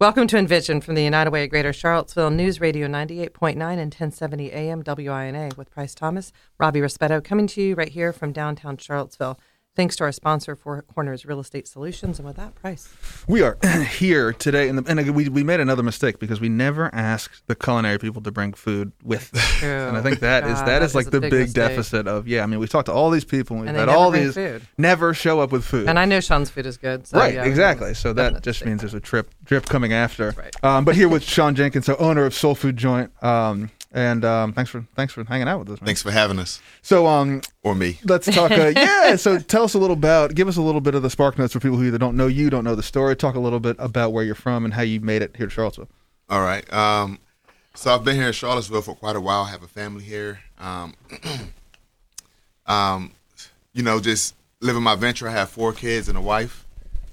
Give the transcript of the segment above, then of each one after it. Welcome to Envision from the United Way of Greater Charlottesville News Radio 98.9 and 1070 AM WINA with Price Thomas, Robbie Respetto, coming to you right here from downtown Charlottesville. Thanks to our sponsor, Four Corners Real Estate Solutions. And with that, Price. We are here today, and, the, and we, we made another mistake because we never asked the culinary people to bring food with. them. True. And I think that is God, that is like a the big, mistake. deficit of yeah. I mean, we've talked to all these people, and we've And they had never all bring these food. never show up with food. And I know Sean's food is good. So Right, yeah, exactly. So that definite just mistake. means there's a trip drip coming after. Right. Um, but here with Sean Jenkins, so owner of Soul Food Joint. Um, and um, thanks for thanks for hanging out with us. Man. Thanks for having us. So um, Or me. let's talk. Uh, yeah. So tell us a little about. Give us a little bit of the spark notes for people who either don't know you, don't know the story. Talk a little bit about where you're from and how you made it here to Charlottesville. All right. Um, so I've been here in Charlottesville for quite a while. I have a family here. Um, um, you know, just living my venture. I have four kids and a wife.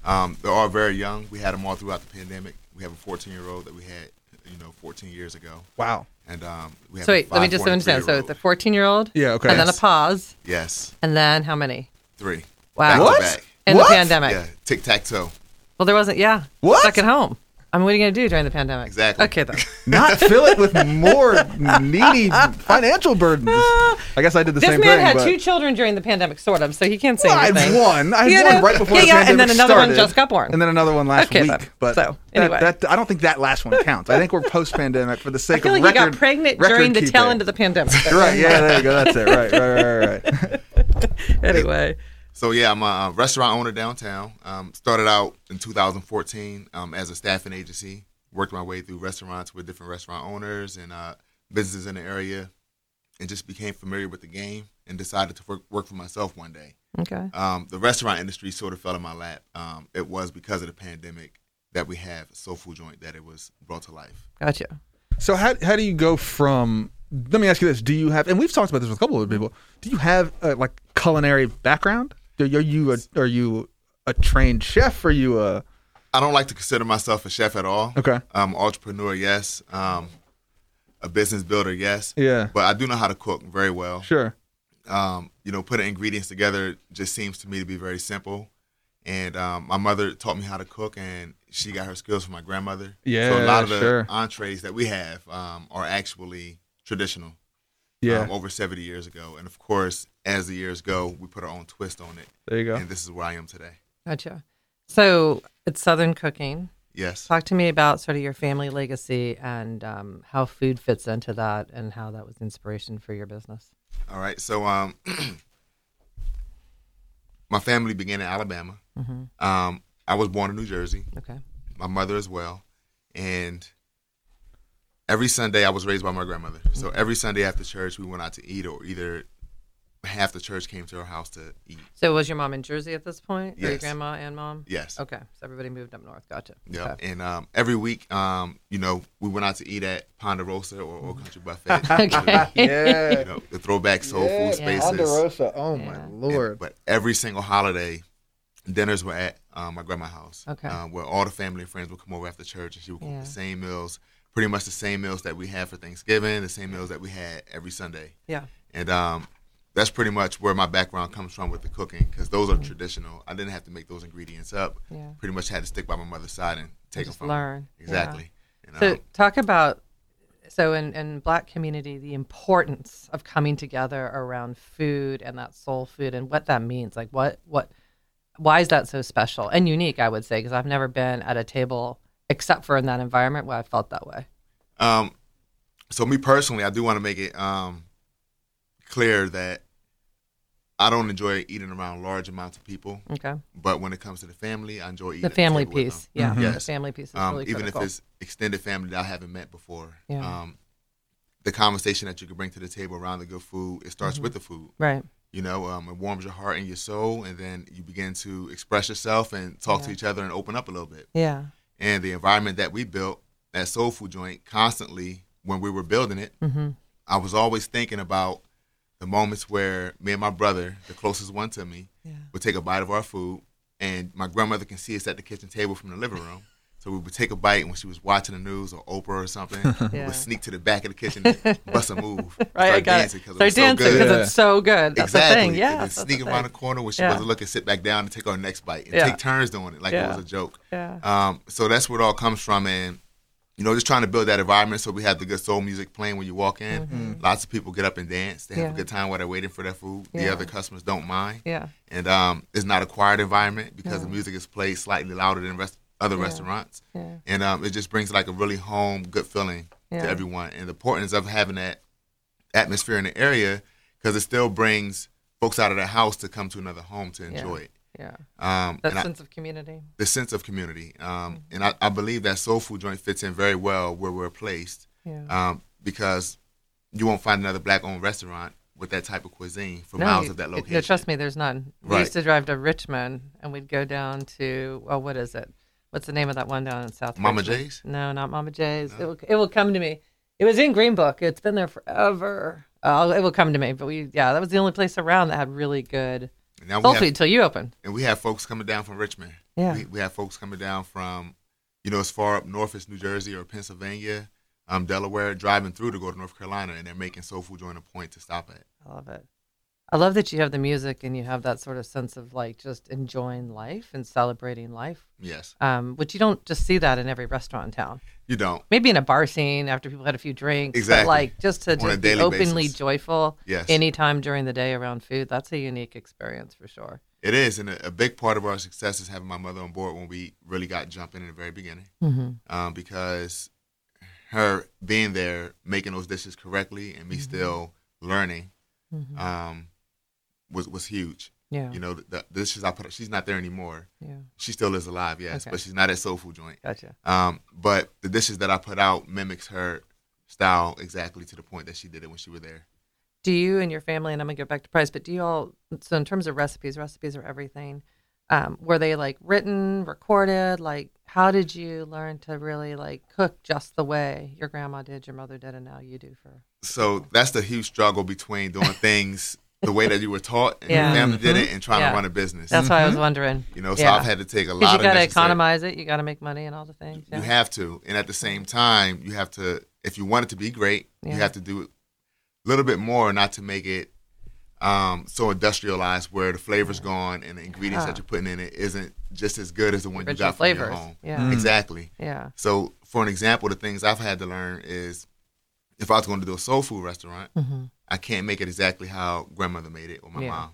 Um, they're all very young. We had them all throughout the pandemic. We have a 14 year old that we had, you know, 14 years ago. Wow. And um, we have So a wait, let me five, just four, and understand. So it's a three-year-old. 14 year old. Yeah, okay. And then a Yes. pause. yes, And then how many? three. Wow. Back to What? back. In What? the pandemic. Yeah, tic tac toe. Well, there wasn't, yeah. What? Stuck at home. I mean, what are you going to do during the pandemic? Exactly. Okay, then. Not fill it with more needy financial burdens. I guess I did the Uh, This same man thing. had but two children during the pandemic, sort of, so he can't say Well, I anything. had one. I had You one know? right before yeah, the yeah, pandemic and then another started, one just got born. and then another one last Okay, week. then. But So, that- anyway. that, I don't think that last one counts. I think we're post-pandemic for the I sake feel of like record. you got pregnant record during the tail keeping. end of the pandemic. Right. Yeah. There you go. That's it. Right. Right. Right. Right. right. anyway, So yeah, I'm a uh, restaurant owner downtown. Um, started out in 2014 um, as a staffing agency. Worked my way through restaurants with different restaurant owners and uh, businesses in the area, and just became familiar with the game and decided to work, work for myself one day. okay. Um, the restaurant industry sort of fell in my lap. Um, it was because of the pandemic that we have Soul Food Joint that it was brought to life. Gotcha. So how how do you go from? Let me ask you this: Do you have? And we've talked about this with a couple of people. Do you have uh, like culinary background? Are you- are you a, are you a trained chef? Are you a I don't like to consider myself a chef at all. Okay. Um, entrepreneur, yes. Um, a business builder, yes. Yeah. But I do know how to cook very well. sure? um, you know, putting ingredients together just seems to me to be very simple. And um, my mother taught me how to cook, and she got her skills from my grandmother. so Yeah, a lot of the sure. entrees that we have um, are actually traditional. Yeah. um, over seventy years ago, and of course, as the years go, we put our own twist on it, there you go. and this is where I am today. Gotcha. So it's Southern cooking. Yes. Talk to me about sort of your family legacy and um, how food fits into that and how that was inspiration for your business. All right. So, um, my family began in Alabama. Mm-hmm. Um, I was born in New Jersey. Okay. my mother as well, and every Sunday I was raised by my grandmother. So Mm-hmm. every Sunday after church we went out to eat, or either half the church came to our house to eat. So was your mom in Jersey at this point? Or your Yes. grandma and mom? Yes. Okay. So everybody moved up north. Gotcha. Yeah, Okay. and um, every week, um, you know, we went out to eat at Ponderosa or Old Country Buffet. Mm-hmm. Okay. You Yeah. know, the throwback soul food spaces. Ponderosa. Oh Yeah. my And- lord. but every single holiday, dinners were at um, my grandma's house. Okay. uh, where all the family and friends would come over after church, and she would cook Yeah. the same meals, pretty much the same meals that we had for Thanksgiving, the same meals that we had every Sunday. Yeah. And um, that's pretty much where my background comes from with the cooking, because those are traditional. I didn't have to make those ingredients up. Mm. Yeah. Pretty much had to stick by my mother's side and take them just from learn. Her. Exactly. And, So um, talk about so in, in black community the importance of coming together around food and that soul food and what that means like what what why is that so special and unique i would say because i've never been at a table except for in that environment where i felt that way Um, so me personally, I do want to make it um, clear that I don't enjoy eating around large amounts of people, okay but when it comes to the family, I enjoy eating the at family table with them. piece yeah the Yes. family piece is Um, really even if critical it's extended family that I haven't met before. Yeah. Um, the conversation that you can bring to the table around the good food, it Mm-hmm. starts with the food. right You know, um, it warms your heart and your soul, and then you begin to express yourself and talk to Yeah. each other and open up a little bit yeah and the environment that we built at Soul Food Joint constantly when we were building it, Mm-hmm. I was always thinking about the moments where me and my brother, the closest one to me, Yeah. would take a bite of our food, and my grandmother can see us at the kitchen table from the living room. So we would take a bite, and when she was watching the news or Oprah or something, we Yeah. would sneak to the back of the kitchen, and bust a move, Right, I start got it. dancing because it They're was so dancing good. because Yeah. it's so good. That's exactly. the thing. Yeah, and then that's the sneak around the thing. corner when she Yeah. wasn't looking, sit back down and take our next bite, and Yeah. take turns doing it like Yeah. it was a joke. Yeah. Um, so that's where it all comes from, and you know, just trying to build that environment. So we have the good soul music playing when you walk in. Lots of people get up and dance. They have Mm-hmm. Yeah. a good time while they're waiting for their food. Yeah. The other customers don't mind, Yeah. and um, it's not a quiet environment because the Yeah. music is played slightly louder than rest- other Yeah. restaurants, Yeah. and um, it just brings like a really home, good feeling Yeah. to everyone. And the importance of having that atmosphere in the area because it still brings folks out of their house to come to another home to Yeah. enjoy it. Yeah. Um, That and I- sense of community. the sense of community. Um, Mm-hmm. and I, I believe that soul food joint fits in very well where we're placed Yeah. um, because you won't find another black owned restaurant with that type of cuisine for No, miles you- of that it- location. No, trust me, there's none. We Right. used to drive to Richmond and we'd go down to, oh, what is it? What's the name of that one down in South Mama Richmond? J's? No, not Mama J's. It, will, it will come to me. It was in Green Book. It's been there forever. Oh, it will come to me. But we, yeah, that was the only place around that had really good And now soul we food have, until you opened. and we have folks coming down from Richmond. Yeah. We, we have folks coming down from, you know, as far up north as New Jersey or Pennsylvania, um, Delaware, driving through to go to North Carolina, and they're making soul food joint a point to stop at. I love it. I love that you have the music and you have that sort of sense of like just enjoying life and celebrating life, Yes, um, which you don't just see that in every restaurant in town. you don't. maybe in a bar scene after people had a few drinks. Exactly. But like just to On a just be daily openly basis. joyful Yes. anytime during the day around food, that's a unique experience for sure. It is, and a, a big part of our success is having my mother on board when we really got jumping in the very beginning, Mm-hmm. um, because her being there, making those dishes correctly, and me Mm-hmm. still learning, Mhm. um, was was huge. Yeah. You know, the, the dishes I put, up- she's not there anymore. yeah. She still is alive, yes, Okay. but she's not at Soul Food Joint. Gotcha. Um, but the dishes that I put out mimics her style exactly to the point that she did it when she was there. Do you and your family, and I'm gonna go back to price, but do you all? So in terms of recipes, recipes are everything. Um, were they like written, recorded? Like, how did you learn to really like cook just the way your grandma did, your mother did, and now you do for? so that's the huge struggle between doing things the way that you were taught and Yeah. Mm-hmm. your family did it and trying Yeah. to run a business. That's why I was wondering. Mm-hmm. you know, so yeah. I've had to take a Because lot you got of to necessary- economize it, you got to make money and all the things. You have to, and at the same time, you have to. If you want it to be great, Yeah. you have to do it a little bit more, not to make it um, so industrialized where the flavor's gone and the ingredients Yeah. that you're putting in it isn't just as good as the one you original got from your flavors. home. Yeah. Exactly. Yeah. So, for an example, the things I've had to learn is if I was going to do a soul food restaurant, I can't make it exactly how grandmother made it or my Mm-hmm. Yeah. mom.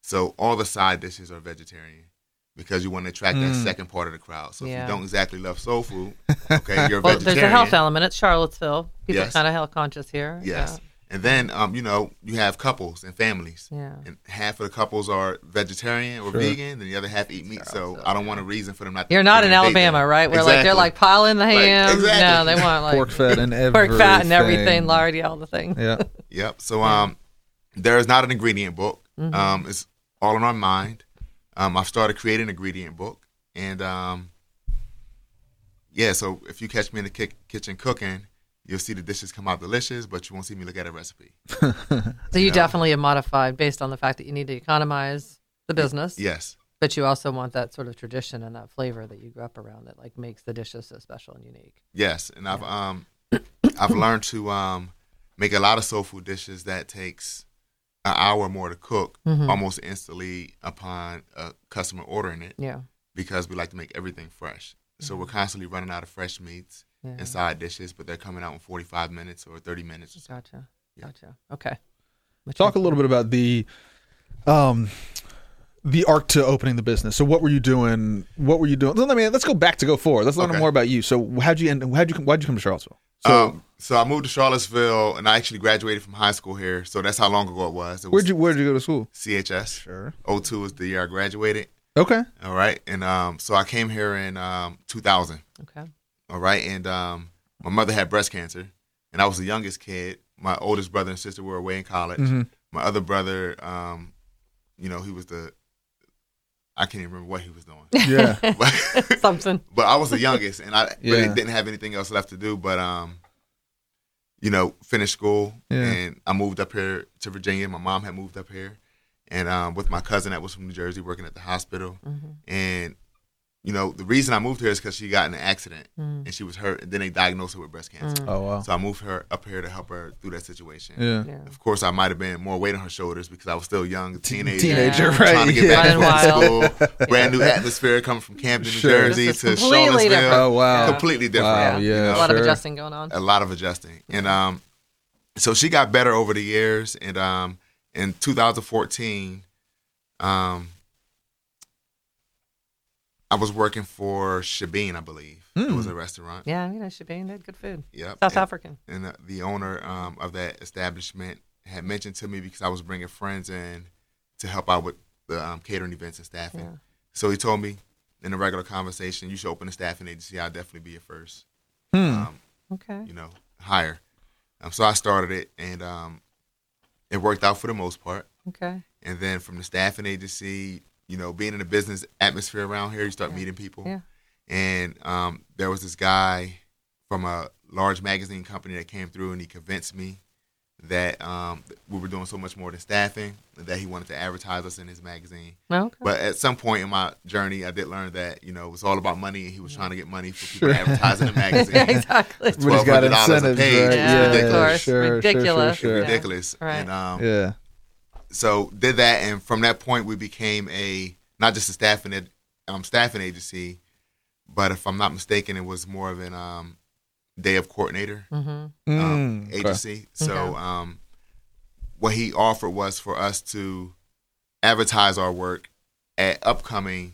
So, all the side dishes are vegetarian because you want to attract that second part of the crowd. So, Mm. Yeah. if you don't exactly love soul food, okay, you're a Well, there's vegetarian. a health element. It's Charlottesville. People Yes. kind of health conscious here. Yes. And then, um, you know, you have couples and families. Yeah. And half of the couples are vegetarian or Sure. vegan, and the other half eat meat. So, I don't want a reason for them not to You're not eat in it and date them. Alabama, right? Where like they're Exactly. like piling the ham. exactly. No, they want like pork fat and everything. pork fat and everything, lardy, all the things. Yeah. Yep. So um, there is not an ingredient book. Um, it's all in our mind. Um, I've started creating an ingredient book, and um, yeah. So if you catch me in the ki- kitchen cooking, you'll see the dishes come out delicious, but you won't see me look at a recipe. So you Yeah. definitely have modified based on the fact that you need to economize the business, Yes. but you also want that sort of tradition and that flavor that you grew up around that like makes the dishes so special and unique. Yes, and I've um, I've learned to um, make a lot of soul food dishes that takes an hour or more to cook almost instantly upon a customer ordering it. Yeah. because we like to make everything fresh. So we're constantly running out of fresh meats Yeah. and side dishes, but they're coming out in 45 minutes or 30 minutes. Or so. Gotcha. Gotcha. Okay. Talk a little bit about the um the arc to opening the business. So what were you doing? What were you doing? Let me let's go back to go forward. Let's learn Okay. more about you. So how'd you end how'd you come why'd you come to Charlottesville? So, um, so I moved to Charlottesville, and I actually graduated from high school here. So that's how long ago it was. It was Where'd you where'd you go to school? CHS. Sure. 02 is the year I graduated. Okay. All right, and um, so I came here in um, 2000. Okay. All right, and um, my mother had breast cancer, and I was the youngest kid. My oldest brother and sister were away in college. Mm-hmm. My other brother, um, you know, he was the I can't even remember what he was doing. Yeah. but, Something. but I was the youngest, and I really Yeah. didn't have anything else left to do. But um, you know, finished school, Yeah. and I moved up here to Virginia. My mom had moved Mm-hmm. up here, and um, with my cousin that was from New Jersey, working at the hospital, and you know, the reason I moved here is because she got in an accident Mm. and she was hurt, and then they diagnosed her with breast cancer. Oh wow. So I moved her up here to help her through that situation. Yeah. Yeah. Of course, I might have been more weight on her shoulders because I was still young, teenager, Teenager, Yeah. right? trying to get yeah. Running back wild. to school. Brand new atmosphere coming from Camden, Sure. New Jersey This to is completely different. Charlottesville. Oh wow. Yeah. Completely different. Wow, a yeah, lot of sure. adjusting going on. A lot of adjusting, and um, so she got better over the years. And um, in 2014, um, I was working for Shabin, I believe. It Hmm. was a restaurant. Yeah, you know, Shabane did good food. Yep. South And- African. and the, the owner um, of that establishment had mentioned to me because I was bringing friends in to help out with the um, catering events and staffing. Yeah. So he told me in a regular conversation, you should open a staffing agency. I'll definitely be your first, Hmm. um, Okay. you know, hire. Um, so I started it, and um, it worked out for the most part. Okay. And then from the staffing agency, you know, being in a business atmosphere around here, you start meeting people. Yeah. And um, there was this guy from a large magazine company that came through and he convinced me that um, we were doing so much more than staffing, that he wanted to advertise us in his magazine. No. Okay. But at some point in my journey, I did learn that, you know, it was all about money and he was trying to get money for people advertising the yeah, magazine. exactly. Well, Everybody's got $1,200 a incentives, page. right? Yeah, of course. sure, sure, Ridiculous. Sure, sure, Yeah. Ridiculous. Right. And um, Yeah. so did that, and from that point we became a not just a staffing ed, um, staffing agency, but if I'm not mistaken, it was more of an um, day of coordinator Mm-hmm. um, Mm, okay. agency. So Okay. um, what he offered was for us to advertise our work at upcoming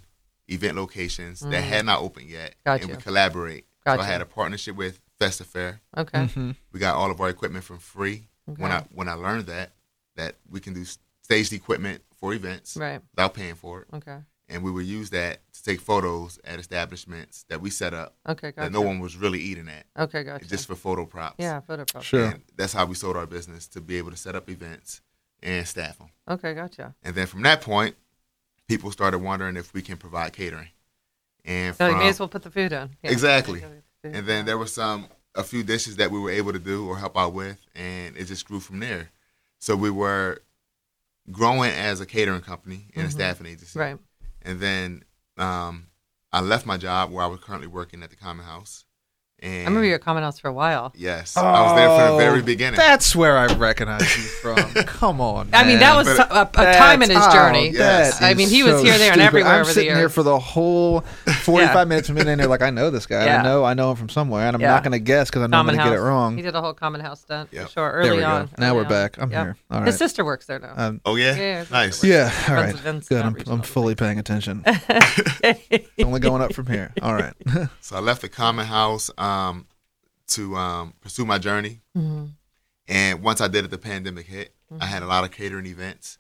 event locations that had not opened yet, Got and you. we collaborate. So Got I had you. a partnership with Festa Fair. Okay. Mhm. We got all of our equipment from free. When I Okay. when I learned that that we can do s- staged equipment for events Right. without paying for it, Okay. and we would use that to take photos at establishments that we set up Okay. Gotcha. that no one was really eating at, Okay. Gotcha. just for photo props. yeah. Photo prop. Sure. And that's how we sold our business to be able to set up events and staff them. Okay. Gotcha. And then from that point, people started wondering if we can provide catering. And So you from- may as well put the food on. Yeah. Exactly. You gotta get the food. and then there were some a few dishes that we were able to do or help out with, and it just grew from there. So we were growing as a catering company and a staffing agency. Mm-hmm. Right. And then um, I left my job where I was currently working at the Common House. And I remember you Oh. were at Common House for a while. Yes, I was there for the very beginning. Oh, That's where I recognize you from. Come on. I mean, that was But- a, a time in his That's- oh, journey. yes. I mean, he was so here, there, and stupid. everywhere I'm over the sitting here years. for the whole 45 minutes. I'm in there like, I know this guy. Yeah. I know, I know him from somewhere, and I'm Yeah. not going to guess because I know I'm Common going to get it House. He wrong. did a whole Common House stunt Yep. for sure There early we go. on. now early we're on. back. I'm Yep. here. All His right. sister works there now. Um, Oh yeah, Yeah, that's nice. yeah. All Friends right. with Vince, Good. not I'm, regional. I'm fully paying attention. Only going up from here. All right. So I left the Common House um, to um, pursue my journey. Mm-hmm. And once I did it, the pandemic hit. I had a lot of catering events,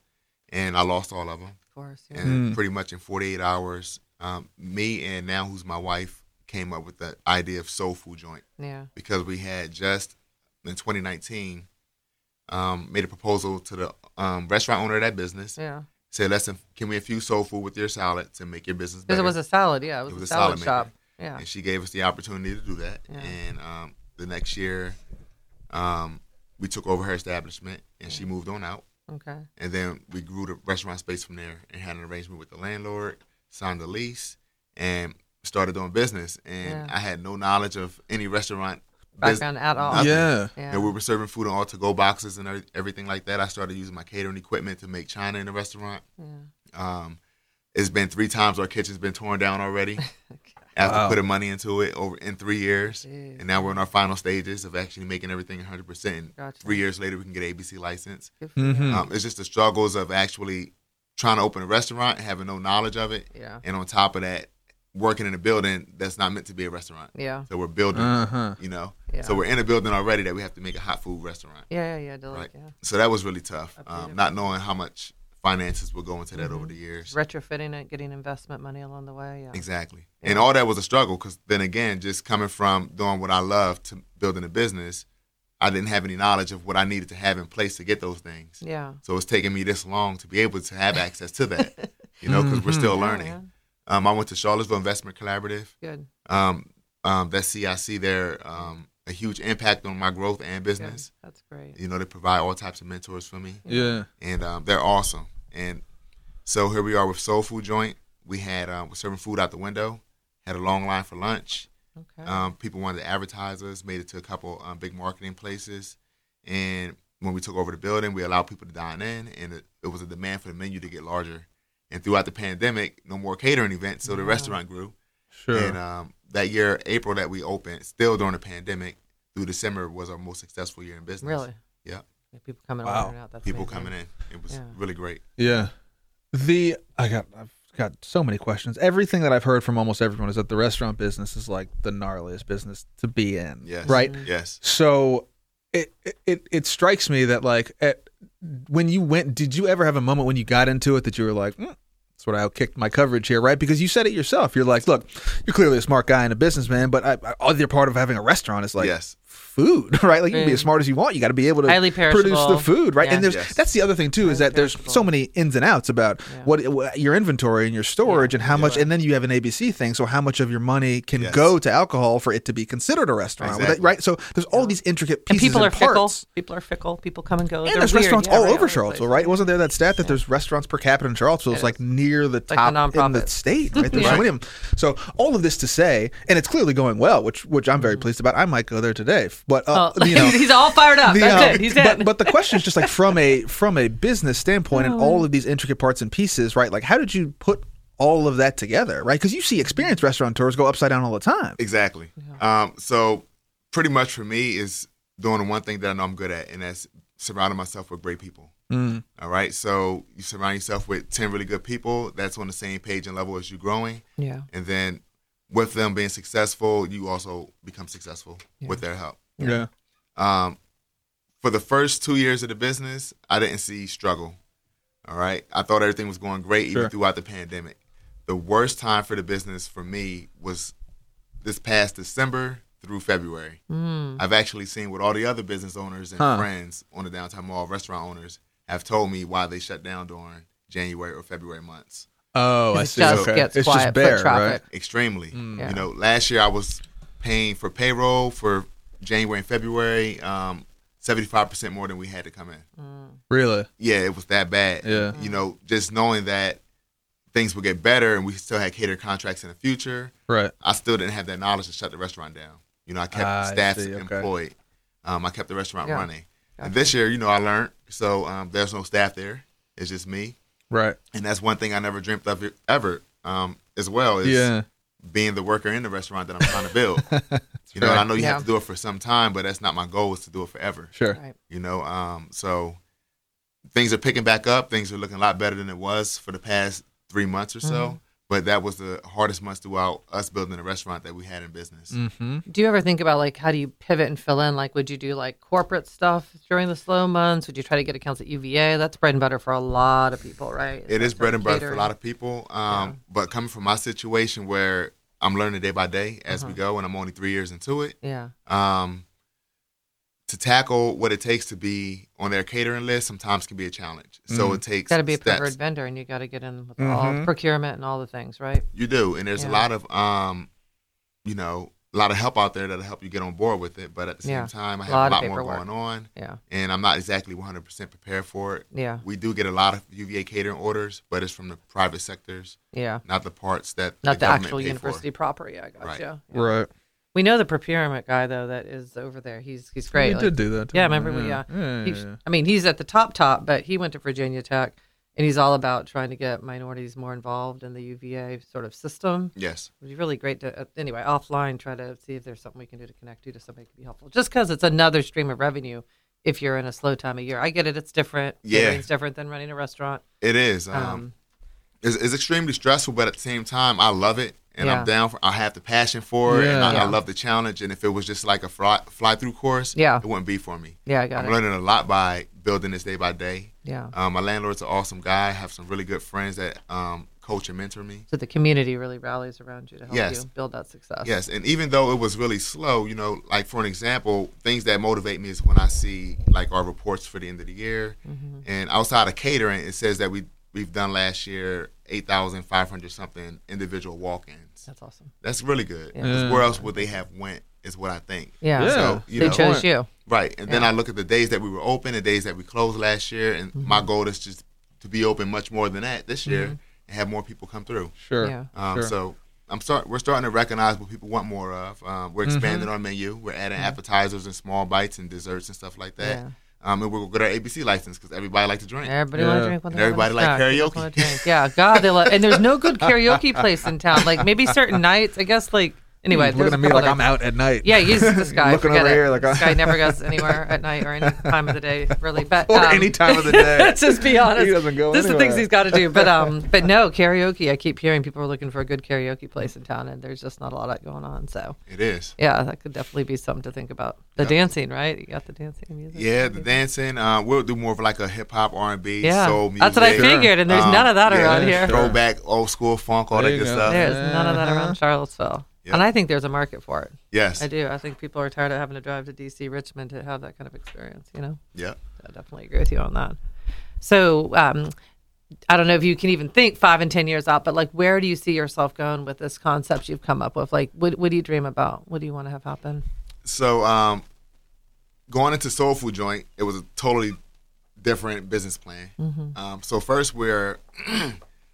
and I lost all of them. Of course. yeah. And pretty much in 48 hours, um, me and now who's my wife came up with the idea of soul food joint Yeah. because we had just in 2019 um, made a proposal to the um, restaurant owner of that business. Yeah. Said, "Listen, can we infuse soul food with your salads and make your business Because better?" it was a salad. Yeah. It was, It was a a salad, salad shop. maker. Yeah. and she gave us the opportunity to do that. Yeah. And um, the next year, um, we took over her establishment, and she moved on out. Okay. And then we grew the restaurant space from there, and had an arrangement with the landlord, signed the lease, and started doing business. And Yeah. I had no knowledge of any restaurant bus- Background at all. Nothing. Yeah. Yeah. And we were serving food on all to go boxes and every- everything like that. I started using my catering equipment to make china in the restaurant. Yeah. Um, it's been three times our kitchen's been torn down already Okay. after Wow. putting money into it over in three years, Jeez. and now we're in our final stages of actually making everything 100. percent Gotcha. Three years later, we can get ABC license. Good for you. Mhm. Um, it's just the struggles of actually trying to open a restaurant, having no knowledge of it, Yeah. and on top of that, working in a building that's not meant to be a restaurant. Yeah. So we're building, Uh Uh-huh. huh. you know. Yeah. So we're in a building already that we have to make a hot food restaurant. Yeah. Yeah. Yeah. Dillick, Right. yeah. So that was really tough. Updated. Um, not knowing how much finances will go into that Mm-hmm. over the years. Retrofitting it, getting investment money along the way. Yeah. Exactly. And all that was a struggle because then again, just coming from doing what I love to building a business, I didn't have any knowledge of what I needed to have in place to get those things. Yeah. So it's taking me this long to be able to have access to that, you know, because we're still Yeah, learning. man. Um, I went to Charlottesville Investment Collaborative. Good. Um, um, that CIC, they're um, a huge impact on my growth and Good. business. That's great. You know, they provide all types of mentors for me Yeah. and um, they're awesome. And so here we are with Soul Food Joint. We had um, we're serving food out the window. had a long line for lunch. Okay. Um, people wanted to advertise us, made it to a couple um, big marketing places. And when we took over the building, we allowed people to dine in, and it, it was a demand for the menu to get larger. And throughout the pandemic, no more catering events, so the Wow. restaurant grew. Sure. And um, that year, April, that we opened, still during the pandemic, through December was our most successful year in business. really? Yeah. Like, people coming Wow. wow. out. That's People amazing. coming in. It was Yeah. really great. Yeah. The I got I've got so many questions. Everything that I've heard from almost everyone is that the restaurant business is like the gnarliest business to be in. Yes. Right. Yes. So it it it strikes me that like at, when you went, did you ever have a moment when you got into it that you were like, mm, that's what I kicked my coverage here, right? Because you said it yourself. You're like, look, you're clearly a smart guy and a businessman, but I, I, other part of having a restaurant is like. yes. Food, right? Like you can be Food. as smart as you want. You got to be able to Highly produce the perishable. food, right? Yeah. And there's Yes. that's the other thing too is Highly that there's perishable. so many ins and outs about Yeah. what, what your inventory and your storage and how much, Yeah. and then you have an ABC thing. So how much of your money can Yes. go to alcohol for it to be considered a restaurant, with it, Exactly. right? So there's all Yeah. these intricate And pieces people are fickle. parts. People are fickle. People come and go. And They're there's weird. restaurants Yeah, all right, over all Charlottesville, over the right? place. Wasn't there that stat that there's restaurants per capita in Charlottesville? It's It like near the like top the in the nonprofits. state, right? There's so Right. many of them. So all of this to say, and it's clearly going well, which which I'm very pleased about. I might go there today, but uh, Mm. Oh, you know, he's all fired up. the, That's um, it. He's in. but, but the question is just like from a from a business standpoint and Oh. all of these intricate parts and pieces, right? Like how did you put all of that together, right? Because you see experienced restaurateurs go upside down all the time. Exactly. Um, so pretty much for me is doing the one thing that I know I'm good at, and that's surrounding myself with great people. Mm. All right. So you surround yourself with ten really good people that's on the same page and level as you growing, yeah. and then with them being successful, you also become successful with their help. Yeah. Um, for the first two years of the business, I didn't see struggle. All right, I thought everything was going great Sure. even throughout the pandemic. The worst time for the business for me was this past December through February. I've actually seen what all the other business owners and Hmm. Huh. friends on the downtown mall restaurant owners have told me why they shut down during January or February months. Oh, It just gets quiet foot traffic. Extremely. Mm. Yeah. You know, last year I was paying for payroll for January and February, um, 75% more than we had to come in Really? yeah, it was that bad. Yeah. You know, just knowing that things would get better and we still had cater contracts in the future, Right. I still didn't have that knowledge to shut the restaurant down. You know, I kept Ah, I the staff see, okay. employed. Um, I kept the restaurant Yeah. running. And this year, you know, I learned. So um, there's no staff there. It's just me. Right. And that's one thing I never dreamt of ever um, as well is Yeah. being the worker in the restaurant that I'm trying to build. you know, and I know you Yeah. have to do it for some time, but that's not my goal is to do it forever Sure. Right. you know um so things are picking back up things are looking a lot better than it was for the past three months or so Mm-hmm. but that was the hardest months throughout us building a restaurant that we had in business Mm-hmm. Do you ever think about like how do you pivot and fill in? Like, would you do like corporate stuff during the slow months? Would you try to get accounts at UVA? That's bread and butter for a lot of people, right? it is bread and butter for a lot of people um Yeah. but coming from my situation where i'm learning day by day as Uh-huh. we go and i'm only three years into it Yeah. um to tackle what it takes to be on their catering list sometimes can be a challenge so it takes Got to Mm-hmm. be a steps. Mm-hmm. preferred vendor, and you got to get in with all the procurement and all the things, right? You do, and there's Yeah. a lot of um, you know, a lot of help out there that'll help you get on board with it. But at the same Yeah. time, I have Lot a of lot more paperwork. going on, Yeah. and I'm not exactly 100 percent prepared for it. Yeah. We do get a lot of UVA catering orders, but it's from the private sectors, Yeah. not the parts that Not the, government actual pay for. university proper. Yeah, I gotcha. Right. Yeah. Right. We know the procurement guy though that is over there. He's he's great. You Like, did do that. Yeah, too. remember we uh, yeah. Yeah, he- yeah, yeah. I mean, he's at the top top, but he went to Virginia Tech, and he's all about trying to get minorities more involved in the UVA sort of system. Yes, It would be really great to uh, anyway offline try to see if there's something we can do to connect you to somebody who could be helpful. Just because it's another stream of revenue. If you're in a slow time of year, I get it. It's different. Yeah. Catering's different than running a restaurant. it is. Um, Um, it's, it's extremely stressful, but at the same time, I love it, and Yeah. I'm down for. I have the passion for it, and I, Yeah. I love the challenge. And if it was just like a fly, fly through course, Yeah. it wouldn't be for me. yeah, I got I'm it. learning a lot by building this day by day. yeah. Um, my landlord's an awesome guy. I have some really good friends that um, coach and mentor me. So the community really rallies around you to help Yes. you build that success. Yes, and even though it was really slow, you know, like for an example, things that motivate me is when I see like our reports for the end of the year, Mm-hmm. and outside of catering, it says that we we've done last year eight thousand five hundred something individual walk-ins. That's awesome. That's really good. Yeah. 'cause Where else would they have went? Is what I think. Yeah. Yeah. So you they know, chose you. Right. And then I look at the days that we were open, the days that we closed last year, and my Mm-hmm. goal is Mm-hmm. just to be open much more than that this year and have more people come through. Sure. Yeah. Um, Sure. So I'm start. We're starting to recognize what people want more of. Um, we're Mm-hmm. expanding our menu. We're adding appetizers and small bites and desserts and stuff like that. Yeah. Um, and we'll get our ABC license because everybody likes to drink. Everybody want Yeah. to drink when And they wanna everybody like snack. They just karaoke. wanna drink. Yeah, God, they love. And there's no good karaoke place in town. Like maybe certain nights, I guess. Like anyway, looking there's a at me couple like I'm other- out at night. Yeah, use this guy. Looking Forget over it. here like uh, this I- guy never goes anywhere at night or any time of the day, really. But Or um, any time of the day. Let's just be honest. He doesn't go This is the things anywhere. he's got to do. But um, but no karaoke. I keep hearing people are looking for a good karaoke place in town, and there's just not a lot of it going on. So It is. yeah, that could definitely be something to think about. The dancing, right? You got the dancing and music. Yeah, the dancing. Uh, we'll do more of like a hip hop, R and B, Yeah, soul music. that's what I Sure. figured, and there's Um, none of that yeah, around here. sure. Throwback, old school funk, all There that you good go. stuff. Yeah. There's none of that Uh-huh. around Charlottesville, Yep. and I think there's a market for it. Yes. I do. I think people are tired of having to drive to D.C., Richmond to have that kind of experience. You know. Yeah. I definitely agree with you on that. So, um, I don't know if you can even think five and ten years out, but like, where do you see yourself going with this concept you've come up with? Like, what what do you dream about? What do you want to have happen? So um, going into Soul Food Joint, it was a totally different business plan. Mm-hmm. Um, so first, we're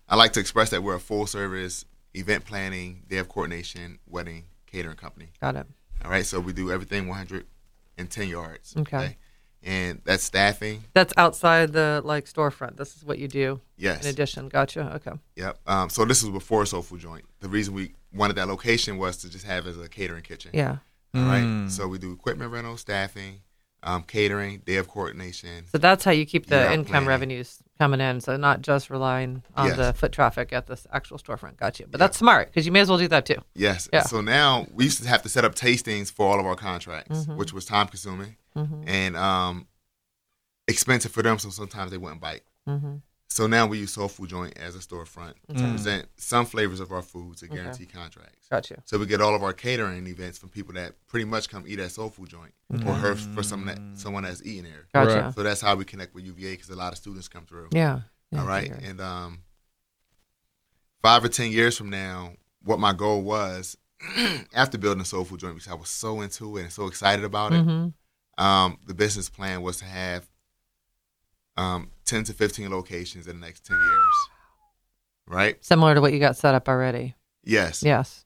I like to express that we're a full service event planning, day of coordination, wedding catering company. Got it. All right, so we do everything 110 yards. Okay. and that's staffing. That's outside the like storefront. This is what you do. Yes. In addition, gotcha. Okay. Yep. Um, so this was before Soul Food Joint. The reason we wanted that location was to just have it as a catering kitchen. Yeah. All right. So we do equipment rental, staffing, um, catering, day of coordination. So that's how you keep the Yeah, income planning. revenues coming in. So not just relying on Yes. the foot traffic at this actual storefront. Gotcha. But that's smart because you may as well do that too. Yes. Yeah. So now we used to have to set up tastings for all of our contracts, Mm-hmm. which was time consuming and um, expensive for them. So sometimes they wouldn't bite. Mm-hmm. So now we use Soul Food Joint as a storefront to present some flavors of our food to guarantee contracts. Gotcha. So we get all of our catering events from people that pretty much come eat at Soul Food Joint or her for some that, someone that's eating there. Gotcha. Right. So that's how we connect with UVA because a lot of students come through. Yeah. Yeah, All right. figure. And um, five or 10 years from now, what my goal was after building Soul Food Joint, because I was so into it and so excited about it, Mhm. um, the business plan was to have um, 10 to 15 locations in the next 10 years. Right? Similar to what you got set up already. Yes. Yes.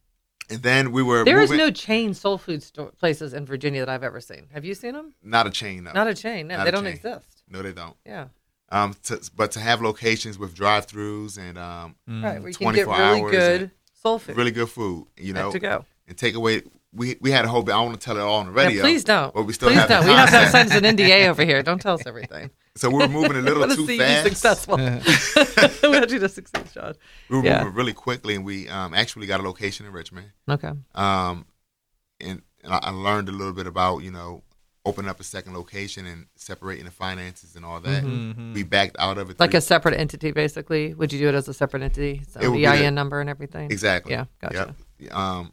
And then we were. There is moving- no chain soul food store places in Virginia that I've ever seen. Have you seen them? Not a chain, though. Not a chain. No, Not they a don't chain. exist. no, they don't. Yeah, Um, to, but to have locations with drive-throughs and um, right. Where you can get 24 really hours good and soul food. really good food, you know, to go. and take away. We we had a whole. bit- I want to tell it all on the Yeah, radio. please don't. But we still please have. don't. The We have to concept. sign an NDA over here. Don't tell us everything. So we were moving a I little want to too see fast. you successful. we want you to succeed, Sean. We were Yeah. moving really quickly, and we um, actually got a location in Richmond. Okay. Um, and, and I I learned a little bit about you know opening up a second location and separating the finances and all that. Mm-hmm. We backed out of it. Mm-hmm. Like three- a separate entity, basically. Would you do it as a separate entity? So It would be EIN the- number and everything. Exactly. Yeah, gotcha. Yep. Um,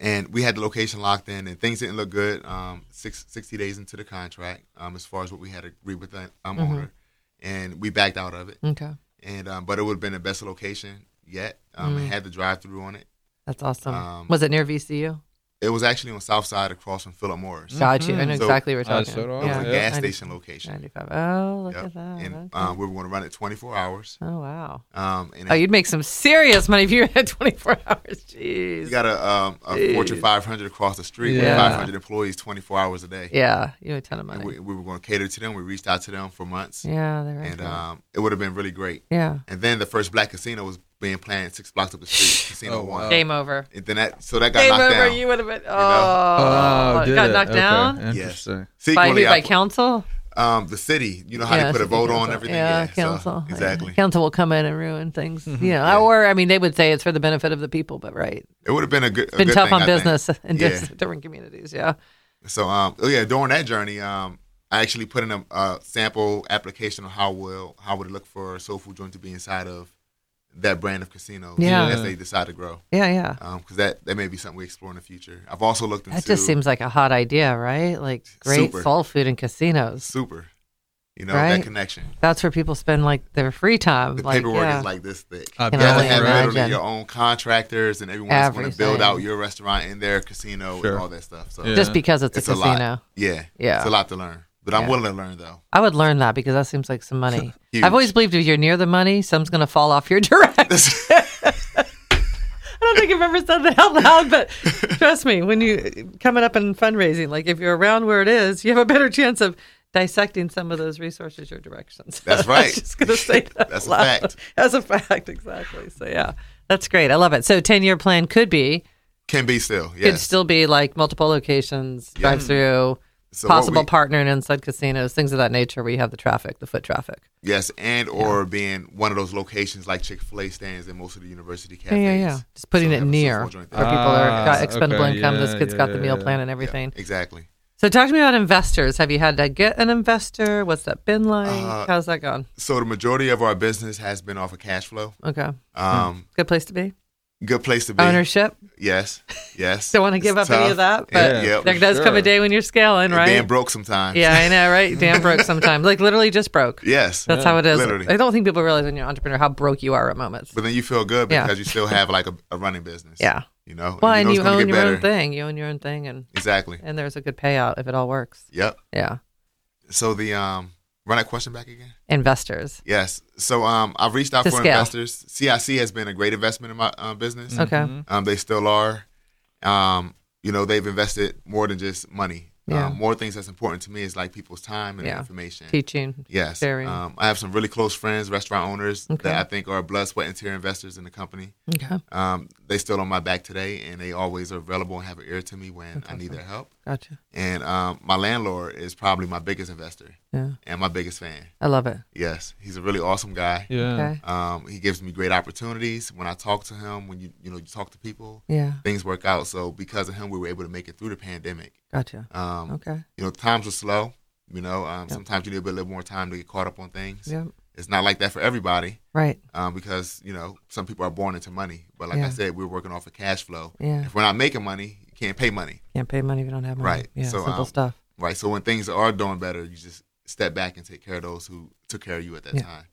and we had the location locked in, and things didn't look good. Um, six, 60 days into the contract, um, as far as what we had agreed with the um, Mm-hmm. owner, and we backed out of it. Okay. And um, but it would have been the best location yet. Um, Mm. It had the drive-through on it. That's awesome. Um, Was it near VCU? It was actually on South Side, across from Philip Morris. Got you. I know mm-hmm. So- exactly what Oh, you're talking so do I. It was about. a Yeah. gas station location. 95. Oh, look Yep. at that. And Okay. um, we were going to run it 24 hours. oh, wow. Um, and Oh, you'd make some serious money if you had 24 hours. Jeez. you got a, um, a Jeez. Fortune 500 across the street Yeah. with 500 employees, 24 hours a day. yeah, you know, a ton of And money. we, we were going to cater to them. We reached out to them for months. yeah, they're right. and um, it would have been really great. yeah. And then the first black casino was being planned six blocks up the street, Casino Oh, One. wow. Game over. And then that, so that uh, got Game knocked over. down. You would have been. Oh, Oh, did got it? knocked Okay, down Interesting. by, who, Secretly, by I, council. um, the city, you know how Yeah, they put a city vote on council. everything. Yeah, so- council. Yeah. exactly. Council will come in and ruin things. Mm-hmm. You know, or I mean, they would say it's for the benefit of the people, but right, It would have been a good, a been good tough thing, on I think. business in Yeah. dis- different communities. Yeah. So, um, oh yeah, during that journey, um, I actually put in a, a sample application on how will how would it look for Soul Food Joint to be inside of that brand of casinos Yeah. as they decide to grow, Yeah. Yeah. because that that may be something we explore in the future. I've also looked into That just seems like a hot idea, right? Like great Super. soul food and casinos. super, you know, Right. that connection. That's where people spend like their free time. the like, paperwork yeah. is like this thick. I you bet. have Can to have only literally imagine. your own contractors and everyone that's going to build Everything. out your restaurant in their casino Sure. and all that stuff. So Yeah. just because it's, uh, it's a a casino. lot. Yeah, Yeah. it's a lot to learn, but I'm Yeah. willing to learn though. I would learn that because that seems like some money. Huge. I've always believed if you're near the money, some's going to fall off your direct. don't think I've ever said that out loud, but trust me, when you coming up in fundraising, like if you're around where it is, you have a better chance of dissecting some of those resources or directions. That's I right. was just gonna say that That's a out loud. fact. As a fact, exactly. So yeah, that's great. I love it. So ten year plan could be Can be still. could Yes. still be like multiple locations, drive through, So what possible we- partnering inside casinos, things of that nature. We have the traffic, the foot traffic. Yes, and or being one of those locations like Chick Fil A stands in most of the university Yeah, cafes. yeah, yeah. Just putting So it have a near full where joint people there. are Ah, got expendable okay, income. yeah, this kid's yeah, got the yeah, meal yeah. plan and everything. Exactly. So talk to me about investors. Have you had to get an investor? What's that been like? Uh, How's that gone? So the majority of our business has been off of cash flow. Okay, Um, good place to be. Good place to be. Hmm. Ownership. Yes. Yes. Don't want to give up It's any of tough. that, but Yeah, yep. for there does come sure. a day when you're scaling, And being right? broke sometimes. Yeah, I know, right? Damn broke sometimes. Like literally just broke. Yes. That's how it is. Literally. I don't think people realize when you're an entrepreneur how broke you are at moments. But then you feel good Yeah. because you still have like a, a running business. Yeah. You know. Well, know and it's you gonna own get your own better. thing. You own your own thing, and Exactly. and there's a good payout if it all works. Yep. Yeah. So the um, run that question back again. Investors. Yes. So um, I've reached out To for scale. investors. CIC has been a great investment in my uh, business. Okay. Um, they still are. Um, you know, they've invested more than just money. Yeah. Um, more things that's important to me is like people's time and Yeah. information. Teaching. Yes. Sharing. Um, I have some really close friends, restaurant owners Okay. that I think are blood, sweat, and tear investors in the company. Okay. Um, they still on my back today, and they always are available and have an ear to me when I need their help. Gotcha. And um, my landlord is probably my biggest investor Yeah. and my biggest fan. I love it. Yes, he's a really awesome guy. Yeah. Okay. Um, he gives me great opportunities when I talk to him. When you you know you talk to people, Yeah. things work out. So because of him, we were able to make it through the pandemic. Gotcha. Um, Okay. You know, times were slow. You know, um, sometimes you need a bit- little more time to get caught up on things. Yeah. It's not like that for everybody Right. um, because you know some people are born into money. But like Yeah. I said, we're working off of cash flow. Yeah. If we're not making money, you can't pay money, Can't pay money if you don't have money. Right. Yeah. So, simple um, stuff. right? So when things are doing better, you just step back and take care of those who took care of you at that Yeah. time.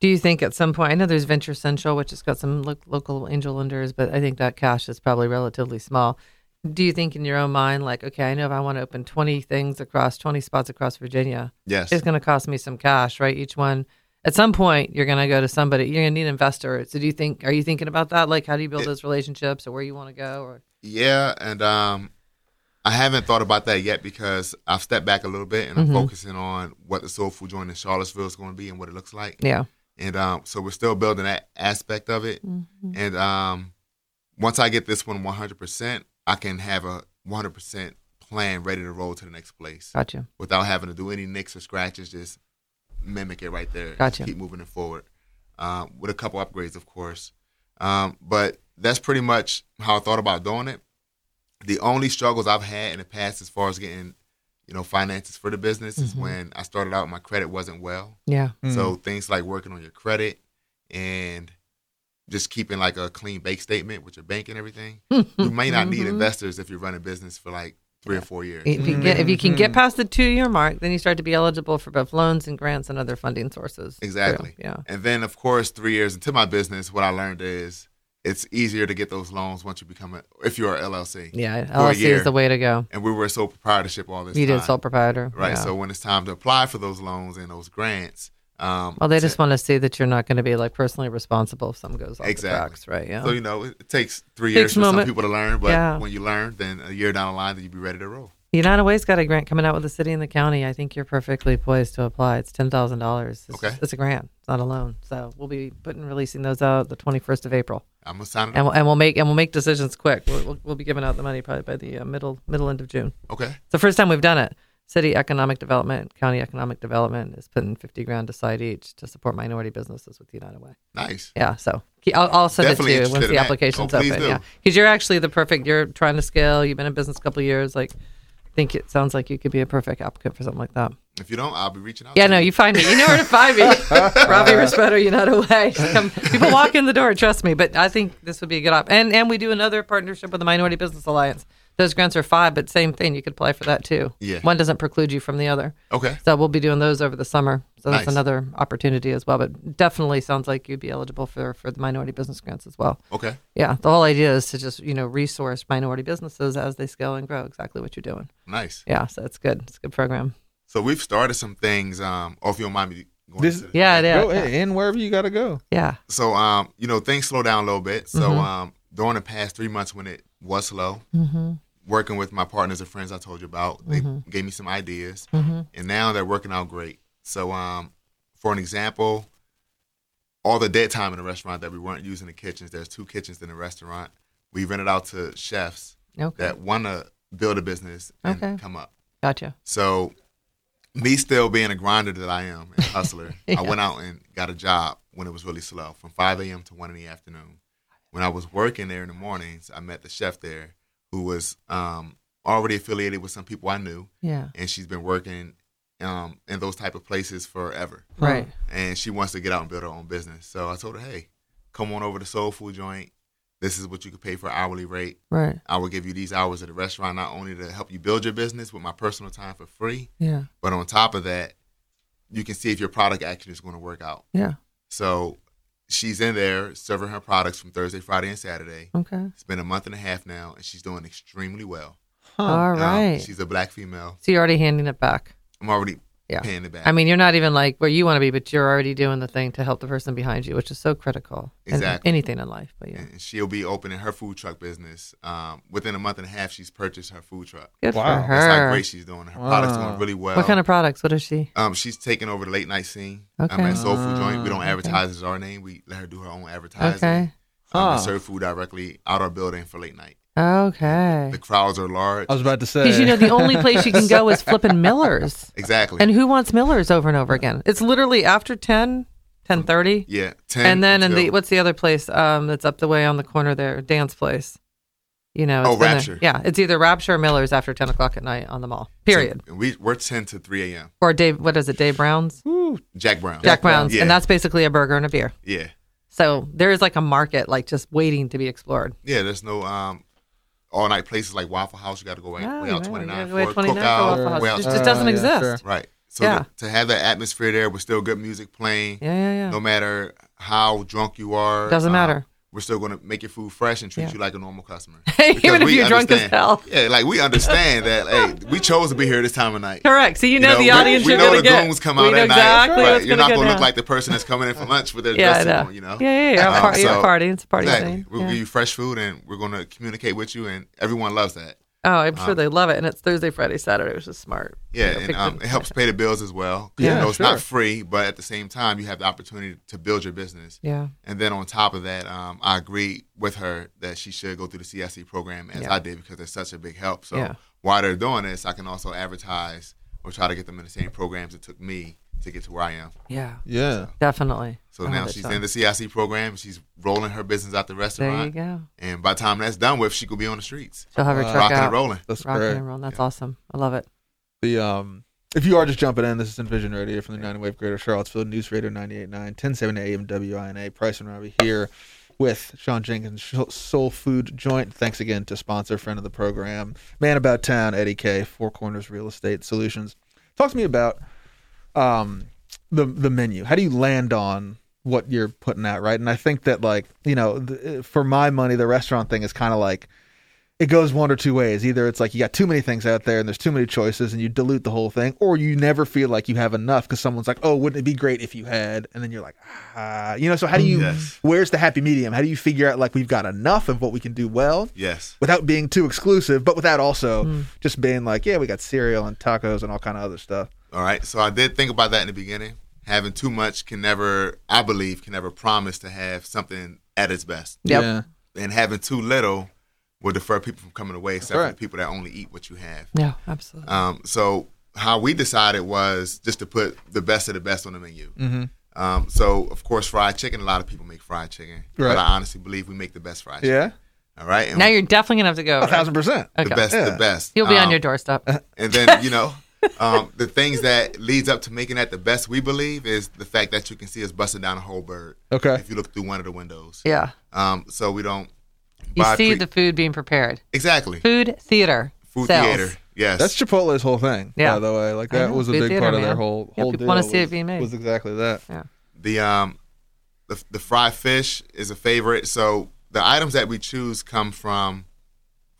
Do you think at some point, I know there's Venture Central, which has got some lo- local angel lenders, but I think that cash is probably relatively small. Do you think in your own mind, like, okay, I know if I want to open 20 things across 20 spots across Virginia, Yes. it's going to cost me some cash, right? Each one. At some point, you're going to go to somebody. You're going to need an investor. So, do you think? Are you thinking about that? Like, how do you build It- those relationships, or where you want to go? Or Yeah, and um, I haven't thought about that yet because I've stepped back a little bit and I'm focusing on what the Soul Food joint in Charlottesville is going to be and what it looks like. yeah, And um, so we're still building that aspect of it. And um, once I get this one 100%, I can have a 100% plan ready to roll to the next place gotcha. without having to do any nicks or scratches. Just mimic it right there. Just Gotcha. keep moving it forward um, with a couple upgrades, of course. Um, but that's pretty much how I thought about doing it. The only struggles I've had in the past, as far as getting, you know, finances for the business, is when I started out, my credit wasn't well. Yeah, mm. So things like working on your credit and just keeping like a clean bank statement with your bank and everything. you may not need investors if you're running business for like three or four years. if you get if you can Mm-hmm. get past the two year mark, then you start to be eligible for both loans and grants and other funding sources. So, Exactly. yeah. And then, of course, three years into my business, what I learned is it's easier to get those loans once you become a, if you're a LLC. Yeah, For a LLC is year. the way to go. And we were a sole proprietorship all this You time. did sole proprietor, Right. Yeah. So when it's time to apply for those loans and those grants, um, well, Oh, they to- just want to see that you're not going to be like personally responsible if something goes off Exactly. the tracks, right? Yeah. So you know, it, it takes three Takes years a for some moment. people to learn, but Yeah. when you learn, then a year down the line, then you be ready to roll. United Way's got a grant coming out with the city and the county. I think you're perfectly poised to apply. It's ten thousand dollars. Okay. It's a grant. It's not a loan. So we'll be putting releasing those out the 21st of April, I'm gonna sign it. and we'll, and we'll make and we'll make decisions quick. We'll, we'll, we'll be giving out the money probably by the uh, middle middle end of June. okay. It's the first time we've done it. City economic development, county economic development is putting fifty grand aside each to support minority businesses with United Way. Nice. Yeah, so ke- I'll, I'll send Definitely it to you interested once in the that. application's Oh, please open. do. Yeah, because you're actually the perfect. You're trying to scale. You've been in business a couple of years. Like, I think it sounds like you could be a perfect applicant for something like that. If you don't, I'll be reaching out. Yeah, to no, you. you find me. You know where to find me. Robbie Respeto, you know the way. Come- people walk in the door, trust me. But I think this would be a good op. And and we do another partnership with the Minority Business Alliance. Those grants are five, but same thing. You could apply for that too. Yeah. One doesn't preclude you from the other. Okay. So we'll be doing those over the summer. So that's Nice. another opportunity as well. But definitely sounds like you'd be eligible for, for the minority business grants as well. Okay. Yeah. The whole idea is to just, you know, resource minority businesses as they scale and grow exactly what you're doing. Nice. Yeah. So it's good. It's a good program. So we've started some things. Um, or if you don't mind me going. This- into- Yeah, it is. Go ahead, and wherever you gotta go. Yeah. So um, you know, things slow down a little bit. So um, during the past three months when it was slow, Mm-hmm. working with my partners and friends I told you about, they Mhm. gave me some ideas, Mm-hmm. and now they're working out great. So, um, for an example, all the dead time in the restaurant that we weren't using the kitchens, there's two kitchens in the restaurant. We rented out to chefs Okay. that want to build a business and Okay. come up. Gotcha. So, me still being a grinder that I am, and hustler, I went out and got a job when it was really slow, from 5 a.m. to 1 in the afternoon. When I was working there in the mornings, I met the chef there who was um, already affiliated with some people I knew, Yeah. and she's been working um, in those type of places forever. Right. And she wants to get out and build her own business. So I told her, hey, come on over to Soul Food Joint. This is what you could pay for hourly rate. Right. I will give you these hours at the restaurant not only to help you build your business with my personal time for free, Yeah. but on top of that, you can see if your product action is going to work out. Yeah. So she's in there serving her products from Thursday, Friday, and Saturday. Okay. It's been a month and a half now, and she's doing extremely well. All Um, right. she's a black female. so you're already handing it back. I'm already Yeah. paying it back. I mean, you're not even like where you want to be, but you're already doing the thing to help the person behind you, which is so critical. in Exactly. anything in life, but yeah. and she'll be opening her food truck business. Um, within a month and a half, she's purchased her food truck. Good Wow. for It's That's how her. great she's doing. Her product's Wow. doing really well. What kind of products? What is she? Um, she's taking over the late night scene. Okay. Ah, Um, at Soul Food Joint, we don't Okay. advertise as our name. We let her do her own advertising. Okay. Um, Ah. Huh. and serve food directly out our building for late night. Okay. The crowds are large. I was about to say. Because you know the only place you can go is flipping Miller's, Exactly. and who wants Miller's over and over again? It's literally after 10, 10.30. yeah. 10 and then in the until- what's the other place um, that's up the way on the corner there, dance place. You know, it's Oh, been a- Rapture. yeah, it's either Rapture or Miller's after ten o'clock at night on the mall. Period. So we we're ten to three a.m. or Dave, what is it? Dave Brown's, Ooh, Jack Brown. Jack Brown's, Yeah. and that's basically a burger and a beer. yeah. So there is like a market, like just waiting to be explored. Yeah. There's no um all night places like Waffle House. You got to go way, Oh, way out yeah, twenty you gotta nine go way for a 29 for Waffle cookout. House. Way out Just- to- just doesn't exist. right. So Yeah. to, to have that atmosphere there with still good music playing, Yeah, yeah, no yeah. matter how drunk you are, Doesn't um, matter. we're still going to make your food fresh and treat Yeah. you like a normal customer. Even Because if we you're drunk as understand- hell. Yeah, like we understand that. Hey, we chose to be here this time of night. Correct. So you know, You the we- audience We, you're know gonna the get. goons come We out know at exactly night, what's but you're not gonna going go to down. look like the person that's coming in for lunch with their yeah, I dress know. on. You know. Yeah, yeah, yeah. Um, Our party, so- our party. It's a party Exactly. thing. We'll Yeah. give you fresh food, and we're going to communicate with you, and everyone loves that. Oh, I'm sure Um, they love it, and it's Thursday, Friday, Saturday, which is smart. Yeah, You know, and pick um, them. it helps pay the bills as well. 'Cause, Yeah, you know, it's sure. not free, but at the same time, you have the opportunity to build your business. Yeah, And then on top of that, um, I agree with her that she should go through the CIC program as Yeah. I did because they're such a big help. So Yeah. while they're doing this, I can also advertise or try to get them in the same programs it took me to get to where I am. yeah, yeah. definitely. So I now love it, she's Sean. in the CIC program. She's rolling her business out the There you restaurant. go. And by the time that's done with, she could be on the streets, She'll have her Uh, truck rocking and out, rolling. That's rocking great. and rolling. That's awesome. I love it. The um, if you are just jumping in, this is Envision Radio from the 90 Wave Greater Charlottesville News Radio 98.9, 1070 AM WINA. Price and Robbie here with Sean Jenkins, Sh- Soul Food Joint. Thanks again to sponsor, friend of the program, Man About Town, Eddie K, Four Corners Real Estate Solutions. Talk to me about um the the menu. How do you land on what you're putting out, right? And I think that like you know, the, for my money, the restaurant thing is kind of like it goes one or two ways. Either it's like you got too many things out there and there's too many choices and you dilute the whole thing, or you never feel like you have enough because someone's like, "Oh, wouldn't it be great if you had?" And then you're like, "Ah," you know. So how do you? Yes. Where's the happy medium? How do you figure out like we've got enough of what we can do well Yes. without being too exclusive, but without also Hmm. just being like, "Yeah, we got cereal and tacos and all kind of other stuff." All right. So I did think about that in the beginning. Having too much can never, I believe, can never promise to have something at its best. Yep. Yeah. And having too little will defer people from coming away, except for right. the people that only eat what you have. Yeah, absolutely. Um, so how we decided was just to put the best of the best on the menu. Mm-hmm. Um, so of course, fried chicken. A lot of people make fried chicken, Right. but I honestly believe we make the best fried chicken. Yeah. All right. And now you're definitely gonna have to go. A thousand percent. the okay. best, Yeah. the best. You'll be on Um, your doorstep. uh, and then you know, um, the things that leads up to making that the best we believe is the fact that you can see us busting down a whole bird. Okay. If you look through one of the windows. yeah, Um, so we don't. you buy see pre- the food being prepared. exactly Food theater. food sells. theater. Yes. That's Chipotle's whole thing, Yeah. by the way. Like I that know, was a food big theater, part of their man. whole Yeah, whole people deal. wanna see it was- being made. Was exactly that. the um the, the fried fish is a favorite so the items that we choose come from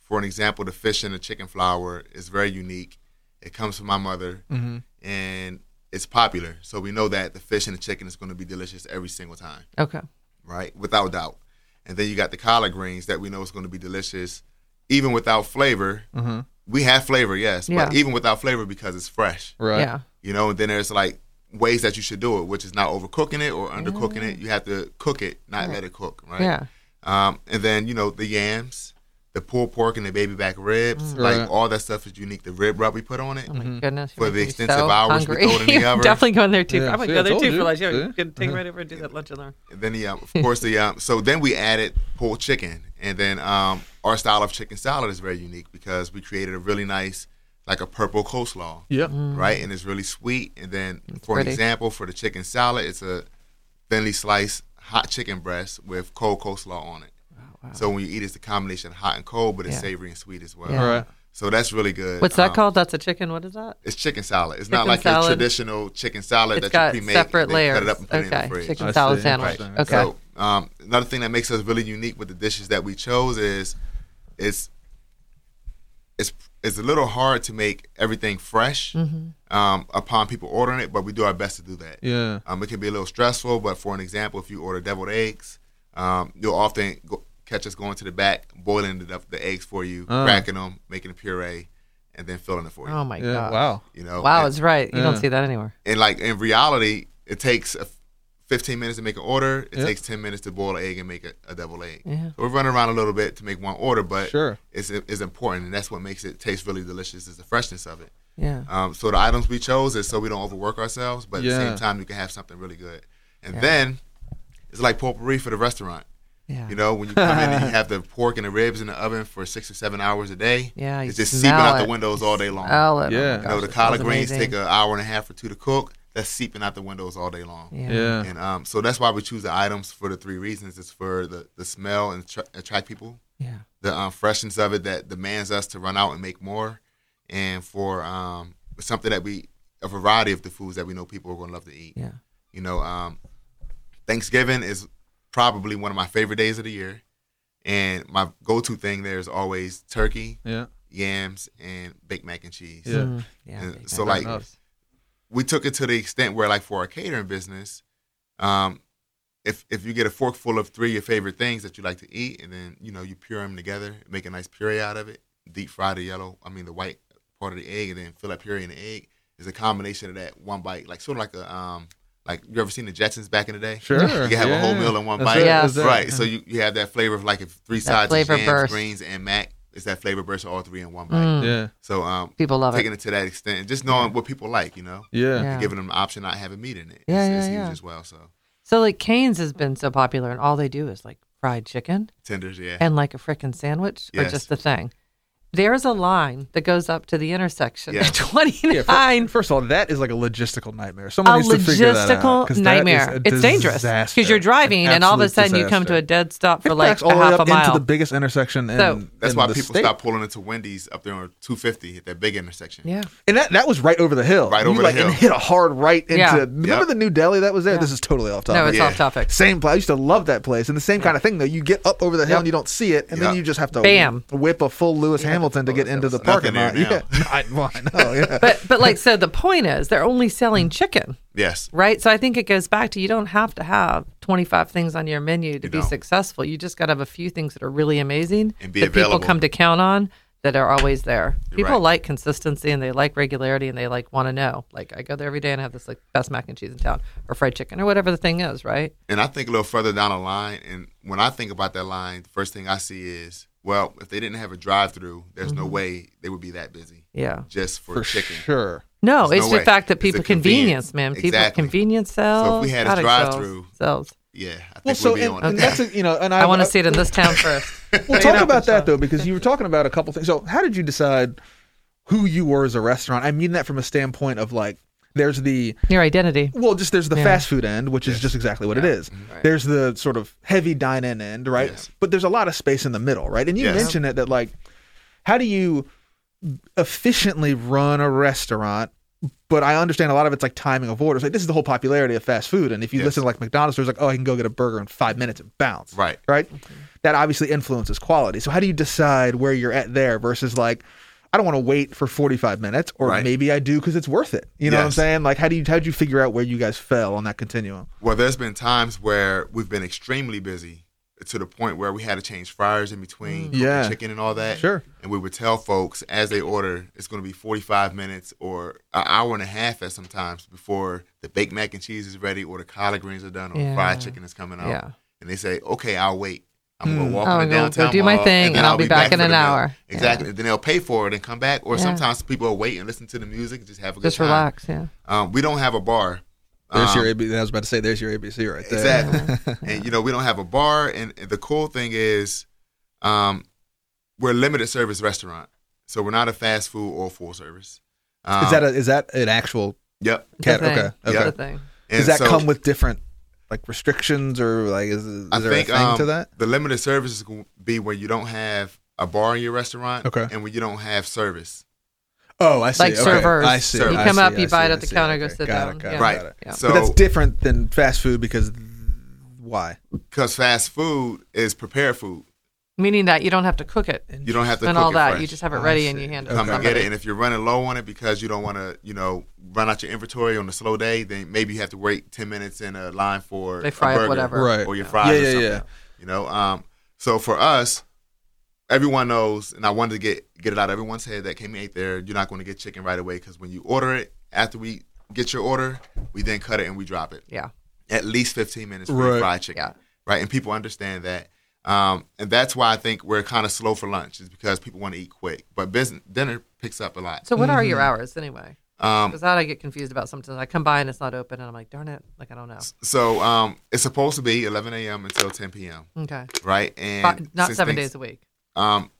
for an example the fish and the chicken flour is very unique it comes from my mother Mm-hmm. and it's popular so we know that the fish and the chicken is going to be delicious every single time Okay. right without doubt and then you got the collard greens that we know is going to be delicious, even without flavor. Mm-hmm. We have flavor, yes, Yeah. but even without flavor because it's fresh. Right. Yeah. You know, and then there's like ways that you should do it, which is not overcooking it or undercooking it. You have to cook it, not let it cook, right? Yeah. Um, and then you know the yams, the pulled pork, and the baby back ribs, like Right. all that stuff is unique. The rib rub we put on it. Mm. Oh my Mm-hmm. goodness! For you're the making me extensive so hours we hungry. throw it in the I'm oven. definitely going there too. Yeah, I'm gonna see, go I there told too you. for lunch. Yeah, See? you can take Mhm. it right over and do that lunch and learn. And then the um, of course the um, so then we added pulled chicken, and then um, our style of chicken salad is very unique because we created a really nice like a purple coleslaw, Yep. Mm-hmm. right? And it's really sweet. And then for Mm. pretty. an example, for the chicken salad, it's a thinly sliced hot chicken breast with cold coleslaw on it. wow. So when you eat, it's a combination of hot and cold, but it's Yeah. savory and sweet as well. Yeah. All right. So that's really good. What's that Um, called? That's a chicken. What is that? It's chicken salad. It's not Chicken like salad. your traditional chicken salad It's that you got pre-made. separate they layers. Cut it up and put it in Okay, the fridge. I chicken salad see. sandwich. Right. Okay. So um, another thing that makes us really unique with the dishes that we chose is it's it's it's a little hard to make everything fresh Mm-hmm. um, upon people ordering it, but we do our best to do that. Oh Yeah. Um, it can be a little stressful, but for an example, if you order deviled eggs, um, you'll often go, catch us going to the back, boiling the, dev- the eggs for you, Uh. cracking them, making a puree, and then filling it for you. oh my Yeah. god! Wow. You know, Wow, And- it's right. You don't Yeah. see that anywhere. and like in reality, it takes a f- 15 minutes to make an order. It Yeah. takes 10 minutes to boil an egg and make a, a double egg. Yeah. So we're running around a little bit to make one order, but Sure. it's, it's important, and that's what makes it taste really delicious is the freshness of it. Yeah. Um, so the items we chose is so we don't overwork ourselves, but at the Yeah. same time, you can have something really good. And Yeah. then it's like potpourri for the restaurant. Yeah. You know, when you come in and you have the pork and the ribs in the oven for six or seven hours a day, Yeah, you it's just seeping smell out it. the windows all day long. Smell it. Yeah. Oh my You gosh, know, the it collard smells greens amazing. take an hour and a half or two to cook. That's seeping out the windows all day long. Yeah. Yeah. And um, so that's why we choose the items for the three reasons. It's for the, the smell and tr- attract people, Yeah. the um, freshness of it that demands us to run out and make more, and for um, something that we, a variety of the foods that we know people are going to love to eat. Yeah. You know, um, Thanksgiving is probably one of my favorite days of the year. And my go to thing there is always turkey, Yeah. yams, and baked mac and cheese. Yeah. Mm, yeah, And big so, mac like, and cheese. we took it to the extent where like for our catering business um if if you get a fork full of three of your favorite things that you like to eat and then you know you puree them together make a nice puree out of it deep fry the yellow i mean the white part of the egg and then fill that puree in the egg is a combination of that one bite like sort of like a um like you ever seen the jetsons back in the day Sure. you can have a whole Yeah. meal in one That's bite it, Yeah. that's it. right so you, you have that flavor of like if three That sides of flavor jams, burst. greens and mac it's that flavor burst of all three in one bite Mm, Yeah. so um People love taking it. it to that extent and just knowing what people like you know Yeah. Yeah. and giving them the option not having meat in it. Yeah, is, yeah, is yeah. huge as well. So So like Canes has been so popular, and all they do is like fried chicken tenders, yeah, and like a frickin' sandwich or Yes. just the thing. There's a line that goes up to the intersection Yeah. at 29. Yeah, fir- first of all, that is like a logistical nightmare. Someone a needs to figure that out, logistical 'cause that is nightmare. a it's dangerous disaster. because you're driving, An and all of a absolute sudden you come to a disaster. dead stop for It like backs a all the way half a up mile. into the biggest intersection. In, So- that's in why the people state. stop pulling into Wendy's up there on 250 at that big intersection. yeah, And that, that was right over the hill. Right You, over the like, hill. And hit a hard right into. Yeah. Remember Yep. the new deli that was there? Yeah. This is totally off topic. no, it's Yeah. off topic. Same place. I used to love that place. And the same kind of thing though. You get up over the hill Yep. and you don't see it, and then Yeah. you just have to Bam. whip a full Lewis Hamilton to get into the There's nothing parking lot. there Yeah, now. I, well, I know. Yeah. But but like so, the point is they're only selling chicken, Yes, right? So I think it goes back to you don't have to have 25 things on your menu to You be don't. successful. You just got to have a few things that are really amazing And be that people available. come to count on that are always there. People right. like consistency and they like regularity and they like want to know. Like I go there every day and have this like best mac and cheese in town or fried chicken or whatever the thing is, right? and I think a little further down the line, and when I think about that line, the first thing I see is, well, if they didn't have a drive-through, there's no way they would be that busy Yeah. just for, For chicken. sure. No, There's it's no the way. fact that It's the people convenience, convenience. man. People Exactly. convenience sells. So if we had a God, it drive-through- sells- sells. Yeah, I think Well, so we'd be and, on and it. that's a, you know, and I, I want to see it in this town first. Well, Straight talk up about and that shut though, because you were talking about a couple things. So, how did you decide who you were as a restaurant? I mean that from a standpoint of like, there's the Your identity. well, just there's the Yeah. fast food end, which is just exactly what it is. There's the sort of heavy dine in end, right? Yes. But there's a lot of space in the middle, right? And you Yes. mentioned it that like, how do you efficiently run a restaurant? But I understand a lot of it's like timing of orders. Like this is the whole popularity of fast food. And if you Yes. listen to like McDonald's, there's like, oh, I can go get a burger in five minutes and bounce right. right? That obviously influences quality. So how do you decide where you're at there versus like I don't want to wait for 45 minutes or Right. maybe I do cuz it's worth it. You know what I'm Yes. saying? Like how do you how'd you figure out where you guys fell on that continuum? Well, there's been times where we've been extremely busy to the point where we had to change fryers in between cooking Yeah. chicken and all that. Sure. And we would tell folks as they order, it's going to be 45 minutes or an hour and a half at sometimes before the baked mac and cheese is ready or the collard greens are done or the Yeah. fried chicken is coming out. Yeah. And they say, okay, I'll wait. I'm Hmm. going to walk I'll in go- the go downtown do my mall, thing, and then I'll be back in for an the meal." hour. Exactly. And then they'll pay for it and come back. Or Yeah. sometimes people will wait and listen to the music and just have a good Just time. relax. Yeah. Um, we don't have a bar. There's Um, your ABC. I was about to say, there's your ABC right there. Exactly. and you know we don't have a bar and and the cool thing is um, we're a limited service restaurant so we're not a fast food or full service um, is that a, is that an actual yep That's cat? the Okay. thing. okay. That's Yeah. the thing. Does And that so come with different like restrictions or like is, is I there think a thing um, to that? the limited service is going to be where you don't have a bar in your restaurant Okay. and when you don't have service Oh, I see. Like okay. servers. I see. You I come see, up, you I buy it at see, I the see, counter, okay. go sit got down. It, got Yeah. it, Right. got it. Yeah. so but that's different than fast food because th- why? because fast food is prepared food Meaning that you don't have to cook it you don't have to and cook all it that. fresh. You just have it I ready and see. you hand it to come Okay. and get somebody. it. And if you're running low on it because you don't want to, you know, run out your inventory on a slow day, then maybe you have to wait ten minutes in a line for They a fry up burger whatever. Right. or your Yeah. fries. Yeah, or yeah, something, yeah. You know, um, so for us, everyone knows, and I wanted to get get it out of everyone's head that came and ate there. You're not going to get chicken right away because when you order it, after we get your order, we then cut it and we drop it Yeah. at least 15 minutes for Right. your fried chicken. Yeah. Right. And people understand that. Um, and that's why I think we're kind of slow for lunch is because people want to eat quick. But business dinner picks up a lot. So what are your hours anyway? Um, Because that I get confused about sometimes. I come by and it's not open, and I'm like, darn it, like I don't know. so um, it's supposed to be 11 a.m. until 10 p.m. Okay, Right. Fi- And not since seven things- days a week. Um,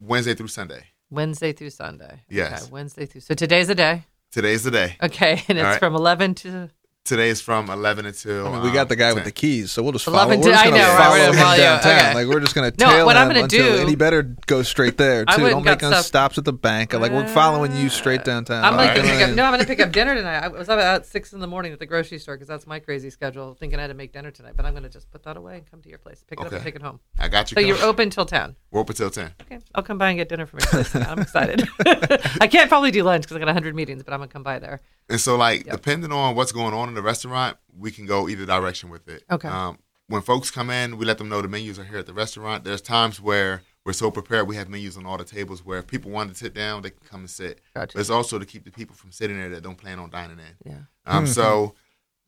Wednesday through Sunday. Wednesday through Sunday. Yes. Okay, Wednesday through. So today's the day. Today's the day. Okay, and it's All right. from eleven to Today is from 11 until. um, I mean, we got the guy with the 10. keys, so we'll just follow. 11 We're just I gonna know, right, follow we're him gonna follow you, downtown. okay. Like we're just gonna No, tail what I'm him gonna until, do- and he better go straight there I too. went Don't and got make no stuff- stops at the bank. Like we're following you straight downtown. Uh, I'm Like, gonna All pick right. up. No, I'm gonna pick up dinner tonight. I was up at six in the morning at the grocery store because that's my crazy schedule, thinking I had to make dinner tonight. But I'm gonna just put that away and come to your place, pick it up and Okay. take it home. I got you. So you're covered. open till ten. We're open till 10. Okay, I'll come by and get dinner from your place. tonight. I'm excited. I can't probably do lunch because I got hundred meetings, but I'm gonna come by there. And so, like, Yep. depending on what's going on in the restaurant, we can go either direction with it. Okay. Um, when folks come in, we let them know the menus are here at the restaurant. There's times where we're so prepared, we have menus on all the tables where if people want to sit down, they can come and sit. Gotcha. But it's also to keep the people from sitting there that don't plan on dining in. Yeah. Um, So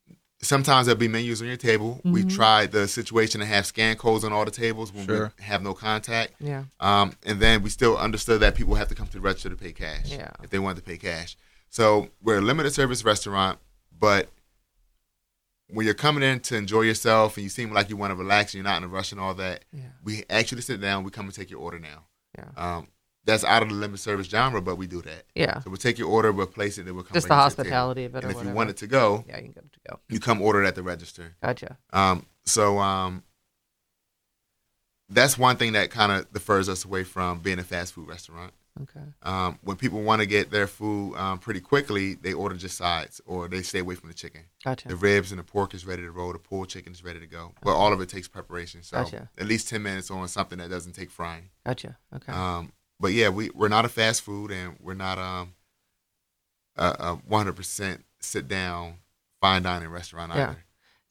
Mm-hmm. sometimes there'll be menus on your table. We've tried the situation to have scan codes on all the tables when Sure. we have no contact. Yeah. Um, and then we still understood that people have to come to the register to pay cash Yeah. if they wanted to pay cash. So we're a limited service restaurant, but when you're coming in to enjoy yourself and you seem like you want to relax and you're not in a rush and all that, Yeah. we actually sit down. We come and take your order now. Yeah. Um, that's out of the limited service genre, but we do that. Yeah. So we'll take your order, we'll place it, then we'll come. Just the bring it to table. hospitality of it or And if you whatever. want it to go, Yeah, you can go to go. you come order it at the register. Gotcha. Um, so um, that's one thing that kind of defers us away from being a fast food restaurant. Okay. Um, when people want to get their food um, pretty quickly, they order just sides or they stay away from the chicken. The Gotcha. ribs and the pork is ready to roll. The pulled chicken is ready to go. But all of it takes preparation. So Gotcha. at least 10 minutes on something that doesn't take frying. Gotcha. Okay. Um, but yeah, we, we're not a fast food and we're not um, a, a 100% sit down, fine dining restaurant Yeah. either.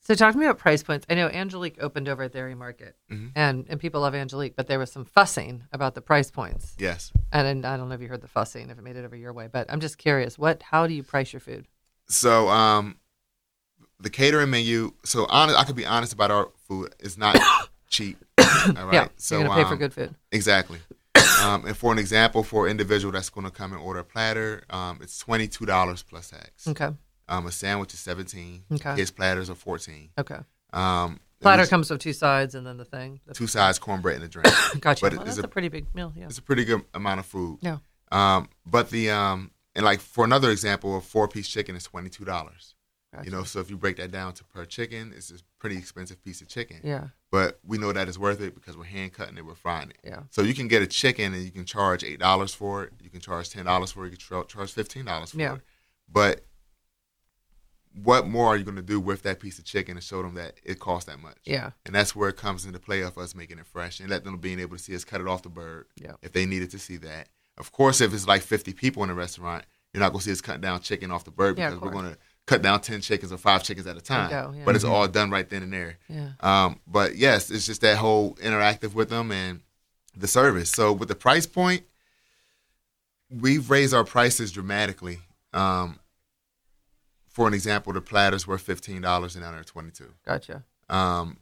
So talk to me about price points. I know Angelique opened over at Dairy Market, Mhm. and and people love Angelique, but there was some fussing about the price points. Yes. And, and I don't know if you heard the fussing, if it made it over your way, but I'm just curious. What? How do you price your food? So, um, the catering menu. So, honest, I could be honest about our food. It's not cheap. All right. yeah, so you're gonna pay for um, good food. Exactly. um, and for an example, for an individual that's going to come and order a platter, um, it's twenty two dollars plus tax. Okay. Um, a sandwich is seventeen. Okay. His platters are fourteen. Okay. Um, Platter there's comes with two sides and then the thing. The- two sides, cornbread, and a drink. Gotcha. Well, but it that's is a, a- pretty big meal. Yeah. it's a pretty good amount of food. No. Um, but the um, and like for another example, a four piece chicken is twenty two dollars. Gotcha. You know, so if you break that down to per chicken, it's a pretty expensive piece of chicken. Yeah. But we know that it's worth it because we're hand cutting it, we're frying it. Yeah. So you can get a chicken and you can charge eight dollars for it. You can charge ten dollars for it. You can tra- charge fifteen dollars for Yeah. it. But what more are you going to do with that piece of chicken to show them that it costs that much? Yeah. And that's where it comes into play of us making it fresh and let them being able to see us cut it off the bird Yeah. if they needed to see that. Of course, if it's like 50 people in a restaurant, you're not going to see us cutting down chicken off the bird Yeah, of because we're course. going to cut down ten chickens or five chickens at a time. go, yeah. Mm-hmm. But it's all done right then and there. Yeah. Um, but yes, it's just that whole interactive with them and the service. So with the price point, we've raised our prices dramatically. Um, for an example, the platters were fifteen dollars and now they're twenty two. Gotcha. Um,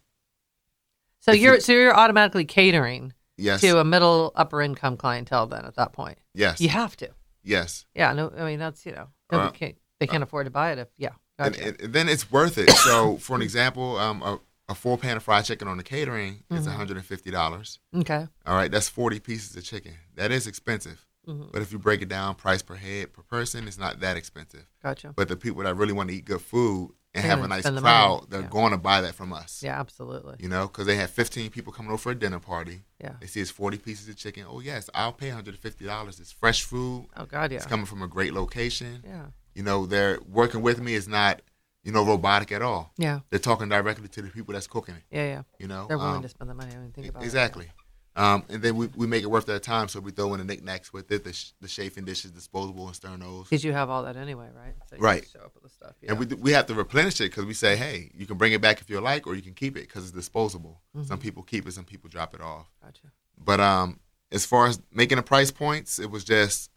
So If you're you- so you're automatically catering yes, to a middle upper income clientele then at that point. yes, You have to. yes. Yeah, no I mean that's you know Uh, nobody can't, they can't afford to buy it if yeah. And, Gotcha. and- and then it's worth it. So for an example, um, a, a full pan of fried chicken on the catering Mm-hmm. is one hundred and fifty dollars. okay. All right, that's 40 pieces of chicken. That is expensive. Mhm. But if you break it down price per head per person, it's not that expensive. Gotcha. But the people that really want to eat good food Mm-hmm. They're and have gonna a nice spend the money. crowd, they're Yeah. going to buy that from us. Yeah, absolutely. You know, because they had 15 people coming over for a dinner party. Yeah. They see it's 40 pieces of chicken. Oh, yes, I'll pay $150. It's fresh food. Oh god, yeah. It's coming from a great location. Yeah. You know, they're working with me is not, you know, robotic at all. Yeah. They're talking directly to the people that's cooking it, Yeah, yeah. you know. They're willing Um, to spend the money. I didn't think about it. Exactly. Um, and then we, we make it worth their time, so we throw in the knickknacks with it, the, sh- the chafing dishes, disposable and sternos. Because you have all that anyway, right? So you Right. just Show up with the stuff. Yeah. And we, do- we have to replenish it because we say, hey, you can bring it back if you like, or you can keep it because it's disposable. Some Mm-hmm. people keep it, some people drop it off. gotcha. But um, as far as making the price points, it was just,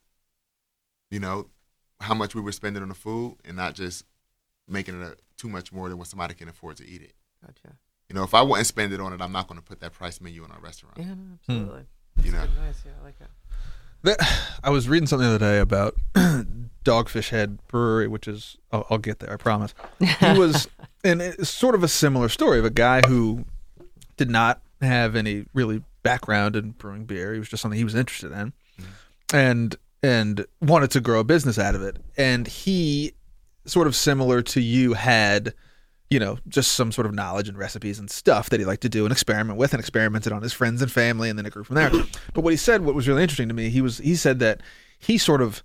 you know, how much we were spending on the food and not just making it a, too much more than what somebody can afford to eat it. Gotcha. You know, if I wouldn't spend it on it, I'm not going to put that price menu in our restaurant. Yeah, no, absolutely. You know, Good advice. Yeah, I like that. That, I was reading something the other day about Dogfish Head Brewery, which is I'll, I'll get there, I promise. He was, and it's sort of a similar story of a guy who did not have any really background in brewing beer. He was just something he was interested in, and and wanted to grow a business out of it. And he, sort of similar to you, had you know, just some sort of knowledge and recipes and stuff that he liked to do and experiment with and experimented on his friends and family and then it grew from there. But what he said, what was really interesting to me, he was he said that he sort of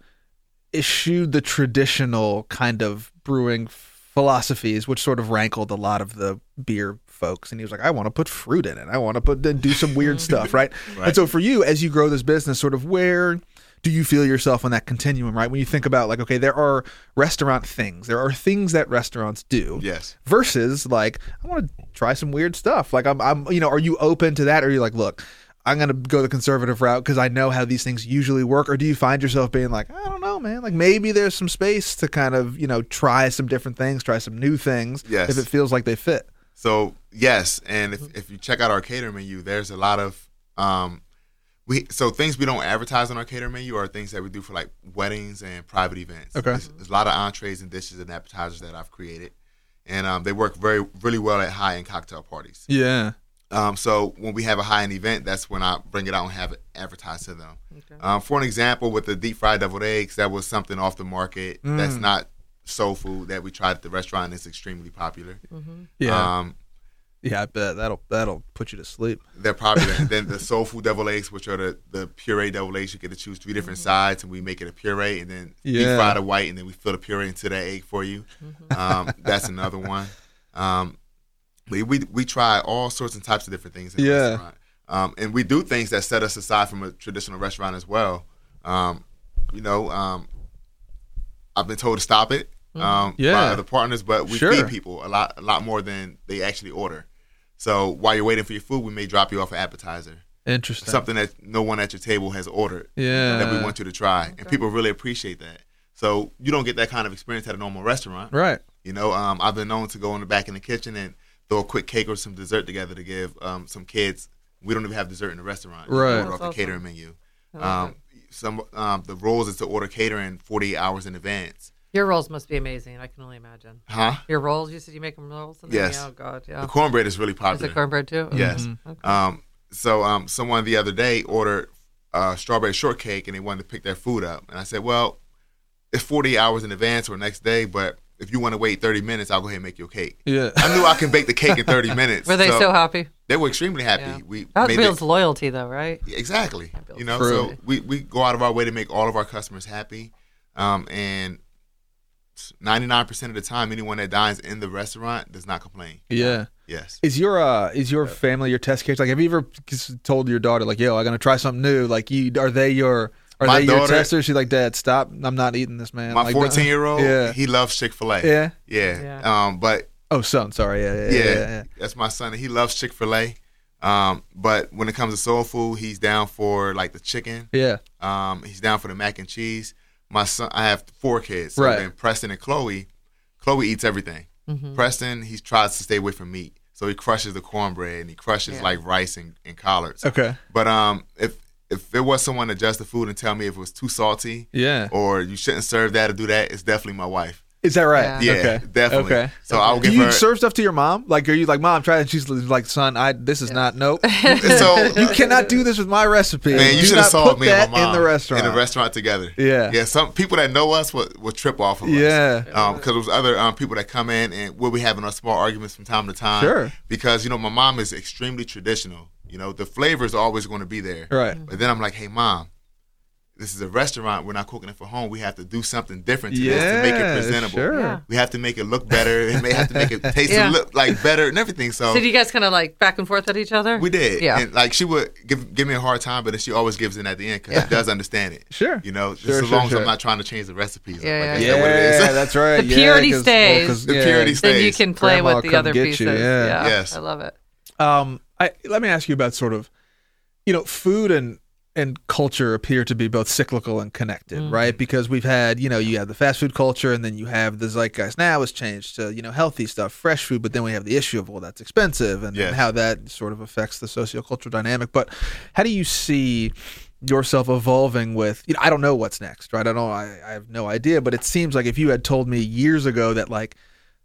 eschewed the traditional kind of brewing philosophies, which sort of rankled a lot of the beer folks. And he was like, I want to put fruit in it. I want to put then do some weird stuff, right? And so for you, as you grow this business, sort of where do you feel yourself on that continuum, right? When you think about like, okay, there are restaurant things. There are things that restaurants do yes. versus like I want to try some weird stuff. Like I'm, I'm, you know, are you open to that? Or are you like, look, I'm gonna go the conservative route because I know how these things usually work. Or do you find yourself being like, I don't know, man. Like maybe there's some space to kind of you know try some different things, try some new things Yes. if it feels like they fit. So yes, and if, if you check out our cater menu, there's a lot of um, we so things we don't advertise on our cater menu are things that we do for like weddings and private events. Okay. there's, there's a lot of entrees and dishes and appetizers that I've created, and um, they work very really well at high end cocktail parties. Yeah. Um, so when we have a high end event, that's when I bring it out and have it advertised to them. Okay. Um, for an example, with the deep fried deviled eggs, that was something off the market. That's not soul food that we tried at the restaurant. and It's extremely popular. Um, yeah. I bet that'll that'll put you to sleep. They're popular. And then the soul food devil eggs, which are the, the puree devil eggs, you get to choose three different sides, and we make it a puree, and then deep Mm-hmm. Yeah. Mm-hmm. fry the white, and then we fill the puree into that egg for you. Um, that's another one. Um, we, we we try all sorts and types of different things in the Yeah. restaurant, um, and we do things that set us aside from a traditional restaurant as well. Um, you know, um, I've been told to stop it um, Mm-hmm. Yeah. by other partners, but we Sure. feed people a lot a lot more than they actually order. So while you're waiting for your food, we may drop you off an appetizer, Interesting. something that no one at your table has ordered yeah. that we want you to try, and people really appreciate that. So you don't get that kind of experience at a normal restaurant. right. You know, um, I've been known to go in the back in the kitchen and throw a quick cake or some dessert together to give um, some kids. We don't even have dessert in the restaurant. You Right. order That's off the awesome. catering menu. I love Um, some um, the rules is to order catering 48 hours in advance. Your rolls must be amazing. I can only imagine. Huh? Your rolls, you said you make them rolls? And then- Yes. yeah, Oh, God, yeah. The cornbread is really Is popular. it cornbread too? Mm-hmm. Yes. Um, so um, someone the other day ordered uh, strawberry shortcake and they wanted to pick their food up. And I said, well, it's 40 hours in advance or next day, but if you want to wait 30 minutes, I'll go ahead and make your cake. Yeah. I knew I can bake the cake in 30 minutes. Were they so, happy? They were extremely happy. Yeah. We That made builds it, loyalty, though, right? exactly. That builds You know, True. so we, we go out of our way to make all of our customers happy. Um, and 99% of the time, anyone that dines in the restaurant does not complain. Yeah. Yes. Is your uh is your family your test case? Like, have you ever s- told your daughter like, "Yo, I'm gonna try something new"? Like, you are they your Are My they daughter- your texter? She's like, Dad, stop! I'm not eating this, man. My Like, 14 year old, Yeah. he loves Chick fil A. Yeah. yeah. Yeah. Um, but Oh, son. Sorry. Yeah. Yeah. yeah, yeah, yeah, that's my son. He loves Chick Fil A, um, but when it comes to soul food, he's down for like the chicken. yeah. Um, he's down for the mac and cheese. My son, I have four kids. So Right. Then Preston and Chloe, Chloe eats everything. Mm-hmm. Preston, he tries to stay away from meat, so he crushes the cornbread and he crushes Yeah. like rice and, and collards. Okay. But um, if if it was someone to adjust the food and tell me if it was too salty Yeah. or you shouldn't serve that or do that, it's definitely my wife. Is that right? Yeah, Okay. definitely. Okay. So I'll Do give you her. serve stuff to your mom? Like, are you like, Mom, try it? And she's like, Son, I this is not nope. so you cannot do this with my recipe. Man, you Do should have not saw put me and that my mom in the restaurant. In the restaurant together. Yeah. Yeah. Some people that know us will, will trip off of us. Yeah. Because there was other um, people that come in and we'll be having our small arguments from time to time. Sure. Because you know my mom is extremely traditional. You know the flavor is always going to be there. Right. But then I'm like, hey mom, this is a restaurant. We're not cooking it for home. We have to do something different to this to make it Yeah, presentable. sure. Yeah. We have to make it look better. It may have to make it taste Yeah. and look like better and everything. So So did you guys kind of like back and forth at each other? we did. Yeah. And like she would give give me a hard time, but then she always gives in at the end because she does understand it. Sure. You Sure, know, just as sure, long as sure. I'm not trying to change the recipes. Yeah, Like, yeah, is Yeah, that what it is? that's right. The purity yeah, 'cause- stays. 'cause- The purity then you stays. can play Grandma with the come other get you, pieces. yeah. Yes. I love it. Um, I let me ask you about sort of, you know, food and and culture appear to be both cyclical and connected, Mm. right? Because we've had, you know, you have the fast food culture, and then you have the zeitgeist now has changed to you know healthy stuff, fresh food, but then we have the issue of well, that's expensive, and, Yes. and how that sort of affects the sociocultural dynamic. But how do you see? yourself evolving with you know i don't know what's next right i don't I, I have no idea but it seems like if you had told me years ago that like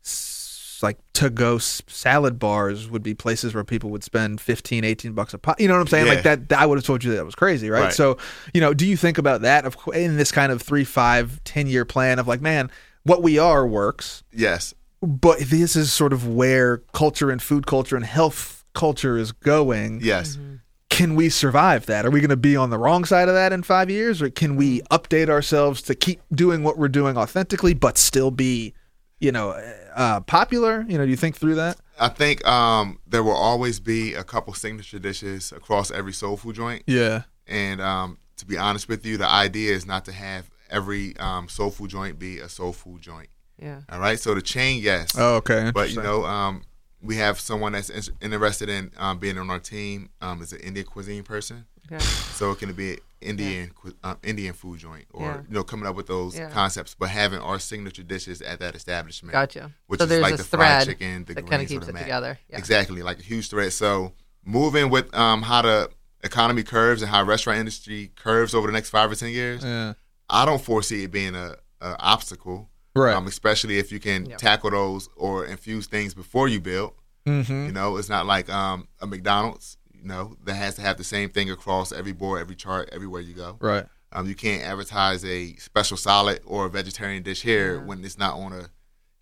s- like to go salad bars would be places where people would spend 15 18 bucks a pop you know what i'm saying Yeah. like that, that i would have told you that was crazy right? Right. so you know do you think about that of cou- in this kind of three five ten year plan of like man what we are works Yes. but this is sort of where culture and food culture and health culture is going Yes. Mm-hmm. can we survive that? Are we going to be on the wrong side of that in five years, or can we update ourselves to keep doing what we're doing authentically, but still be, you know, uh, popular? You know, do you think through that? I think um, there will always be a couple signature dishes across every soul food joint. Yeah, And um, to be honest with you, the idea is not to have every um, soul food joint be a soul food joint. Yeah. All right. So the chain, yes. Oh, okay. But you Interesting. know, um, we have someone that's in- interested in um, being on our team. Um, is an Indian cuisine person. Yeah. So it can be Indian cu- um, Indian food joint, or Yeah. you know, coming up with those Yeah. concepts, but having our signature dishes at that establishment, Gotcha. which so is there's like a the thread fried chicken, the that kind greens, of or keeps the it mac. together. Yeah. Exactly, like a huge threat. So moving with um, how the economy curves and how restaurant industry curves over the next five or ten Mm. years, yeah, I don't foresee it being a, a obstacle. right. Um, especially if you can Yeah. tackle those or infuse things before you build. mm-hmm. You know, it's not like um, a McDonald's. You know, that has to have the same thing across every board, every chart, everywhere you go. Right. Um, you can't advertise a special salad or a vegetarian dish here Yeah. when it's not on a,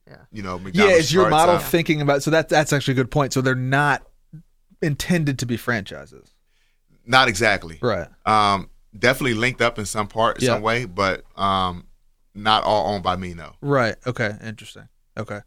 Yeah. you know, McDonald's. Yeah, is your chart, model so- thinking about? So that that's actually a good point. So they're not intended to be franchises, not exactly. right? Um, definitely linked up in some part, Yeah. some way, but um, not all owned by me. No. Right. Okay. Interesting. Okay.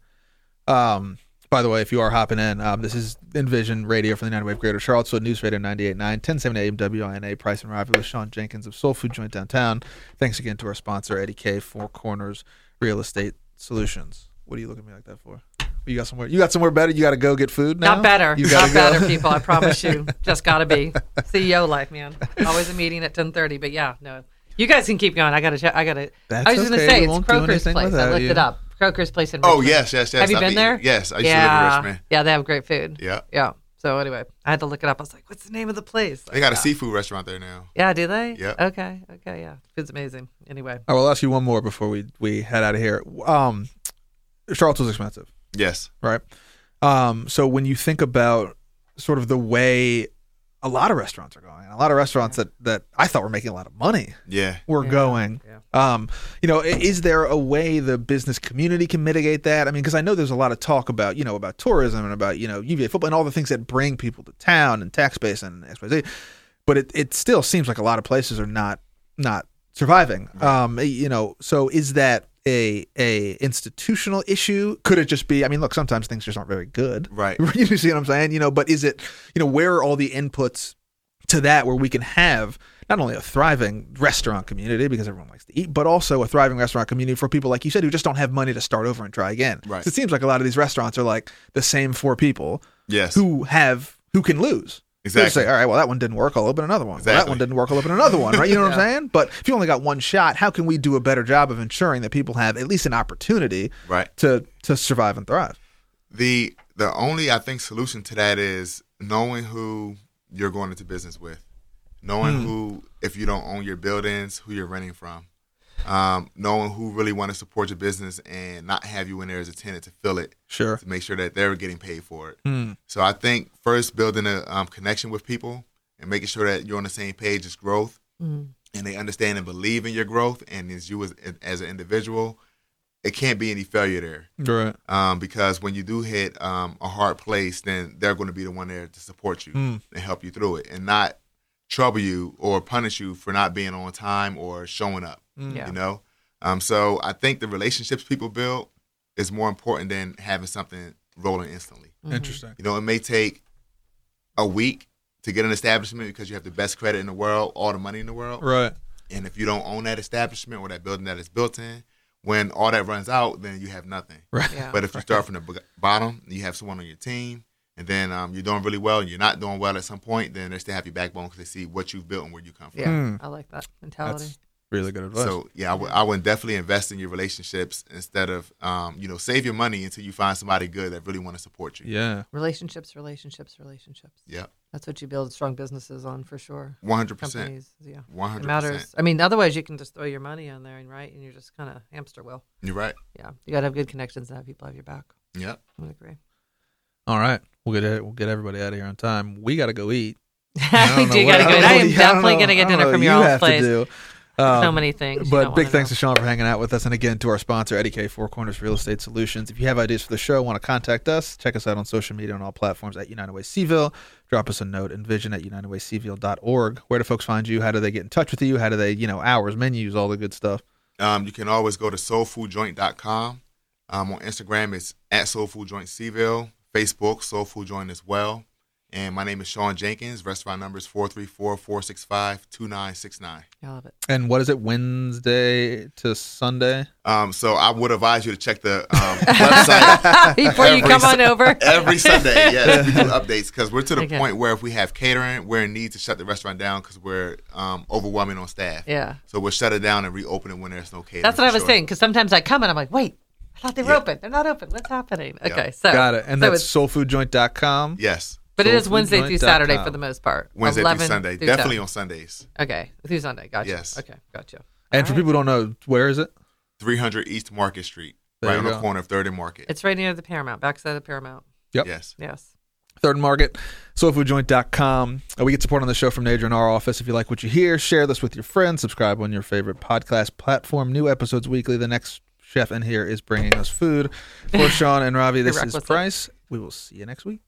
Um, by the way, if you are hopping in, um, this is Envision Radio from the 90 Wave Greater Charlottesville, News Radio 98.9, 1070 AM WINA, Price and Rival with Sean Jenkins of Soul Food Joint Downtown. Thanks again to our sponsor, Eddie K, Four Corners Real Estate Solutions. What are you looking at me like that for? You got somewhere? You got somewhere better? You got to go get food now? Not better. You Not gotta go. better, people. I promise you. Just gotta be CEO life, man. Always a meeting at ten thirty. But yeah, no. You guys can keep going. I gotta. Check, I gotta. That's I was just okay. gonna say We it's won't do Croker's anything place. I without looked it you. up. Croker's place in. Oh Richmond. yes, yes, yes. Have you I've been eaten- there? Yes, I used yeah. to live in Richmond. Yeah, they have great food. Yeah, Yeah. So anyway, I had to look it up. I was like, "What's the name of the place?" they got a seafood restaurant there now. Yeah, do they? Yep. Okay. Okay. Yeah. Food's amazing. Anyway. I will ask you one more before we we head out of here. Um, Charlottesville's expensive. Yes. right? Um, so when you think about sort of the way a lot of restaurants are going, a lot of restaurants that that I thought were making a lot of money Yeah. were Yeah, going. yeah. Um, you know, i- is there a way the business community can mitigate that? I mean, because I know there's a lot of talk about you know about tourism and about you know UVA football and all the things that bring people to town and tax base and X Y Z, but it it still seems like a lot of places are not not surviving. Um, you know, so is that a a institutional issue? Could it just be? I mean, look, sometimes things just aren't very good. Right. you see what I'm saying? You know, but is it, you know, where are all the inputs to that where we can have not only a thriving restaurant community because everyone likes to eat, but also a thriving restaurant community for people like you said who just don't have money to start over and try again. Right. So it seems like a lot of these restaurants are like the same four people Yes. who have who can lose. They just Exactly. say, all right, well that one didn't work. I'll open another one. Well, that Exactly. one didn't work. I'll open another one. Right? You know what I'm saying? But if you only got one shot, how can we do a better job of ensuring that people have at least an opportunity Right. to to survive and thrive? The the only I think solution to that is knowing who you're going into business with, knowing who if you don't own your buildings, who you're renting from, um, knowing who really want to support your business and not have you in there as a tenant to fill it Sure. to make sure that they're getting paid for it. So I think first building a um, connection with people and making sure that you're on the same page is growth, and they understand and believe in your growth and as you as, as an individual. It can't be any failure there Right. um, because when you do hit um, a hard place, then they're going to be the one there to support you Hmm. and help you through it, and not trouble you or punish you for not being on time or showing up. Hmm. Yeah. You know, um, so I think the relationships people build is more important than having something rolling instantly. Interesting. You know, it may take a week to get an establishment because you have the best credit in the world, all the money in the world, Right. and if you don't own that establishment or that building that it's built in, when all that runs out, then you have nothing. Right. Yeah. But if you start from the b- bottom, you have someone on your team, and then um, you're doing really well, and you're not doing well at some point, then they still have your backbone because they see what you've built and where you come from. Yeah, I like that mentality. Hmm. That's really good advice. So yeah, I would- I would definitely invest in your relationships instead of um, you know save your money until you find somebody good that really want to support you. yeah. relationships, relationships, relationships. Yeah, That's what you build strong businesses on for sure. one hundred percent, Companies, yeah. one It hundred percent. matters. I mean, otherwise you can just throw your money on there and right, and you're just kind of hamster wheel. You're right. Yeah, you gotta have good connections and have people have your back. Yep. I would agree. All right. We'll get it. We'll get everybody out of here on time. We got to go eat. we don't do know what- gotta don't go. know I what am definitely you- don't know- gonna I get don't dinner know from what your you all's have to place. do. so Um, many things. you don't But wanna big thanks know. to Sean for hanging out with us, and again to our sponsor, Eddie K Four Corners Real Estate Solutions. If you have ideas for the show, want to contact us, check us out on social media on all platforms at United Way Seville. Drop us a note, envision at unitedwayseville.org. Where do folks find you? How do they get in touch with you? How do they, you know, hours, menus, all the good stuff? Um, you can always go to soulfoodjoint.com. Um, on Instagram, it's at soulfoodjoint Seville. Facebook, soulfoodjoint as well. And my name is Sean Jenkins. Restaurant number is 434-465-2969. I love it. And what is it, Wednesday to Sunday? Um, so I would advise you to check the um, website Before you Every come si- on over. every Sunday. Yes, we do updates because we're to the Okay. point where if we have catering, we're in need to shut the restaurant down because we're um, overwhelming on staff. Yeah. So we'll shut it down and reopen it when there's no catering. That's what I for was sure. saying. Because sometimes I come and I'm like, wait, I thought they were Yeah. open. They're not open. What's happening? Yeah. Okay, so Got it. And so that's it's- soulfoodjoint.com. Yes. but it is Wednesday through Saturday soulfoodjoint.com. for the most part. Wednesday 11 through Sunday. through Definitely Saturday. on Sundays. Okay, through Sunday. Gotcha. Yes. Okay, gotcha. And for All right. people who don't know, where is it? 300 East Market Street, There right you on go. the corner of Third and Market. It's right near the Paramount, backside of Paramount. Yep. Yes. Yes. Third Market, soulfoodjoint.com. Uh, We get support on the show from Nader in our office. If you like what you hear, share this with your friends. Subscribe on your favorite podcast platform. New episodes weekly. The next chef in here is bringing us food. For Sean and Ravi, this is Prerequisite. Price. We will see you next week.